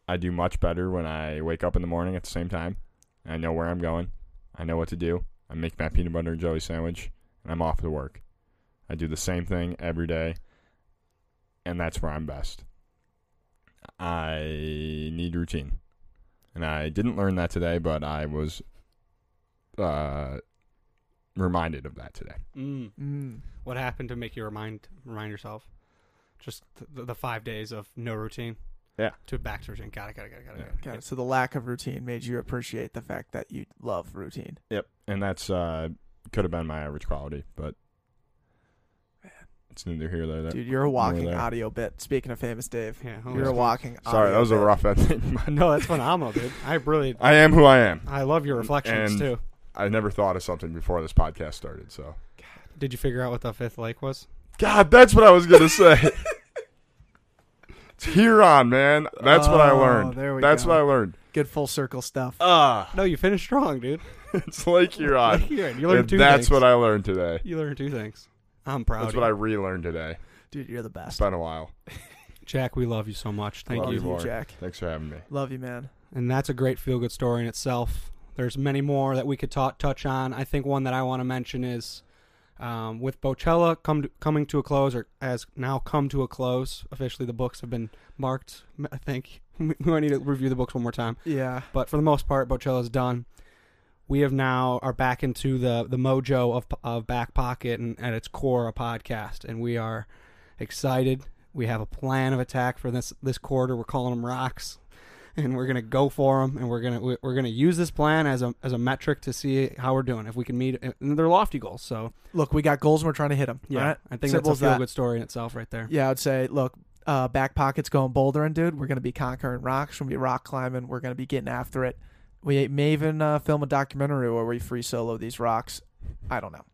Speaker 3: I do much better when I wake up in the morning at the same time. I know where I'm going. I know what to do. I make my peanut butter and jelly sandwich, and I'm off to work. I do the same thing every day, and that's where I'm best. I need routine, and I didn't learn that today, but I was uh, reminded of that today.
Speaker 1: Mm.
Speaker 2: Mm.
Speaker 1: What happened to make you remind remind yourself? Just th- the five days of no routine.
Speaker 3: Yeah.
Speaker 1: To back to routine. Got it. Got it. Got it. Got it.
Speaker 3: Yeah.
Speaker 1: Got
Speaker 2: Okay,
Speaker 1: it.
Speaker 2: so the lack of routine made you appreciate the fact that you love routine.
Speaker 3: Yep. And that's uh could have been my average quality, but it's neither here nor there.
Speaker 2: Dude, you're a walking
Speaker 3: there.
Speaker 2: audio bit. Speaking of famous Dave,
Speaker 1: Yeah.
Speaker 2: you're a
Speaker 1: almost.
Speaker 2: walking.
Speaker 3: Sorry, that
Speaker 2: audio
Speaker 3: was a
Speaker 2: bit.
Speaker 3: rough [laughs] ending. but
Speaker 1: No, that's phenomenal, dude. I really,
Speaker 3: I am who I am.
Speaker 1: I love your reflections
Speaker 3: Mm, And-
Speaker 1: too.
Speaker 3: I never thought of something before this podcast started, so
Speaker 1: Did you figure out what the fifth lake was?
Speaker 3: God, that's what I was gonna say. it's Huron, man. That's what I
Speaker 2: Oh,
Speaker 3: learned.
Speaker 2: there we
Speaker 3: that's
Speaker 2: go.
Speaker 3: what I learned.
Speaker 2: Good full circle stuff.
Speaker 3: Ah,
Speaker 1: No, you finished strong, dude.
Speaker 3: [laughs] it's Lake
Speaker 1: Like,
Speaker 3: Huron.
Speaker 1: here, [laughs] you learned
Speaker 3: and
Speaker 1: two.
Speaker 3: Uh, that's
Speaker 1: things.
Speaker 3: what I learned today.
Speaker 1: You learned two things. I'm proud.
Speaker 3: That's
Speaker 1: of
Speaker 3: what I
Speaker 1: you.
Speaker 3: relearned today.
Speaker 2: Dude, you're the best.
Speaker 3: It's been a while.
Speaker 1: Jack, we love you so much. Thank
Speaker 3: Love
Speaker 2: Love
Speaker 1: you.
Speaker 3: you, Lord.
Speaker 2: Jack.
Speaker 3: Thanks for having me.
Speaker 2: Love you, man.
Speaker 1: and that's a great feel good story in itself. There's many more that we could ta- touch on. I think one that I want to mention is um, with Bocella come to, coming to a close, or has now come to a close. Officially, the books have been marked. I think [laughs] we might need to review the books one more time,
Speaker 2: Yeah.
Speaker 1: but for the most part, Bocella's done. We have now are back into the the mojo of of back pocket and at its core a podcast, and we are excited. We have a plan of attack for this this quarter. We're calling them rocks and we're gonna go for them, and we're gonna we- we're gonna use this plan as a as a metric to see how we're doing. If we can meet, and they're lofty goals, so
Speaker 2: Look, we got goals and we're trying to hit them.
Speaker 1: yeah,
Speaker 2: right?
Speaker 1: I think
Speaker 2: Simple
Speaker 1: that's
Speaker 2: as
Speaker 1: a feel
Speaker 2: that.
Speaker 1: good story in itself, right there.
Speaker 2: Yeah, I'd say, look, uh, back pockets going bouldering, dude. We're gonna be conquering rocks. We're gonna be rock climbing. We're gonna be getting after it. We may even uh, film a documentary where we free solo these rocks. I don't know,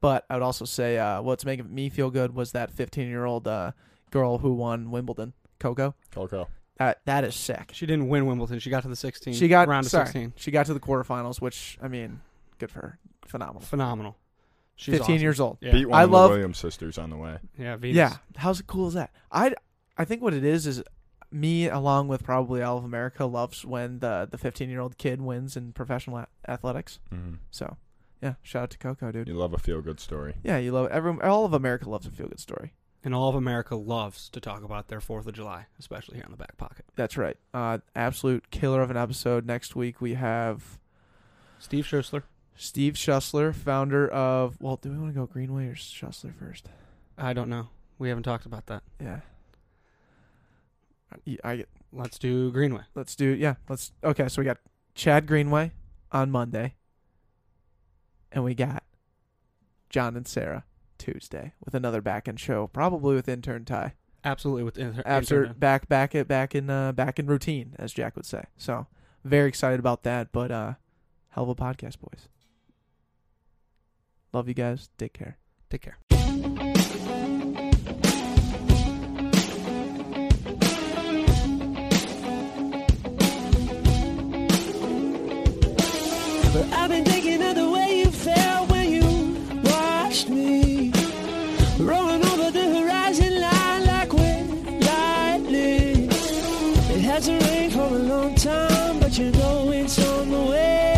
Speaker 2: but I would also say uh, what's making me feel good was that 15 year old uh, girl who won Wimbledon, Coco.
Speaker 3: Coco.
Speaker 2: That that is sick.
Speaker 1: She didn't win Wimbledon. She got to the 16.
Speaker 2: She got
Speaker 1: round of
Speaker 2: sorry,
Speaker 1: 16.
Speaker 2: She got to the quarterfinals, which I mean, good for her. Phenomenal.
Speaker 1: Phenomenal. She's
Speaker 2: 15
Speaker 1: awesome.
Speaker 2: years old.
Speaker 1: Yeah,
Speaker 3: Beat one
Speaker 2: I
Speaker 3: of
Speaker 2: love-
Speaker 3: the Williams sisters on the way.
Speaker 1: yeah, Venus.
Speaker 2: Yeah, how's cool is that? I I think what it is is me along with probably all of America loves when the the 15 year old kid wins in professional a- athletics.
Speaker 3: Mm-hmm.
Speaker 2: So yeah, shout out to Coco, dude.
Speaker 3: You love a feel good story.
Speaker 2: Yeah, you love everyone. All of America loves a feel good story.
Speaker 1: and all of America loves to talk about their Fourth of July, especially here on the back pocket.
Speaker 2: That's right. Uh, absolute killer of an episode. Next week we have
Speaker 1: Steve Schussler,
Speaker 2: Steve Schussler, founder of. Well, do we want to go Greenway or Schussler first?
Speaker 1: I don't know. We haven't talked about that.
Speaker 2: Yeah. I- I
Speaker 1: Let's do Greenway.
Speaker 2: Let's do yeah. Let's okay. So we got Chad Greenway on Monday, and we got John and Sarah Tuesday with another back in show, probably with intern Ty.
Speaker 1: Absolutely with inter-
Speaker 2: After
Speaker 1: internet.
Speaker 2: back back it back in uh, back in routine, as Jack would say. So very excited about that. But uh, hell of a podcast, boys. Love you guys. Take care.
Speaker 1: Take care.
Speaker 4: I've been thinking of the way you felt when you watched me rolling over the horizon line like wind lightning. It hasn't rained for a long time, but you know it's on the way. Oh,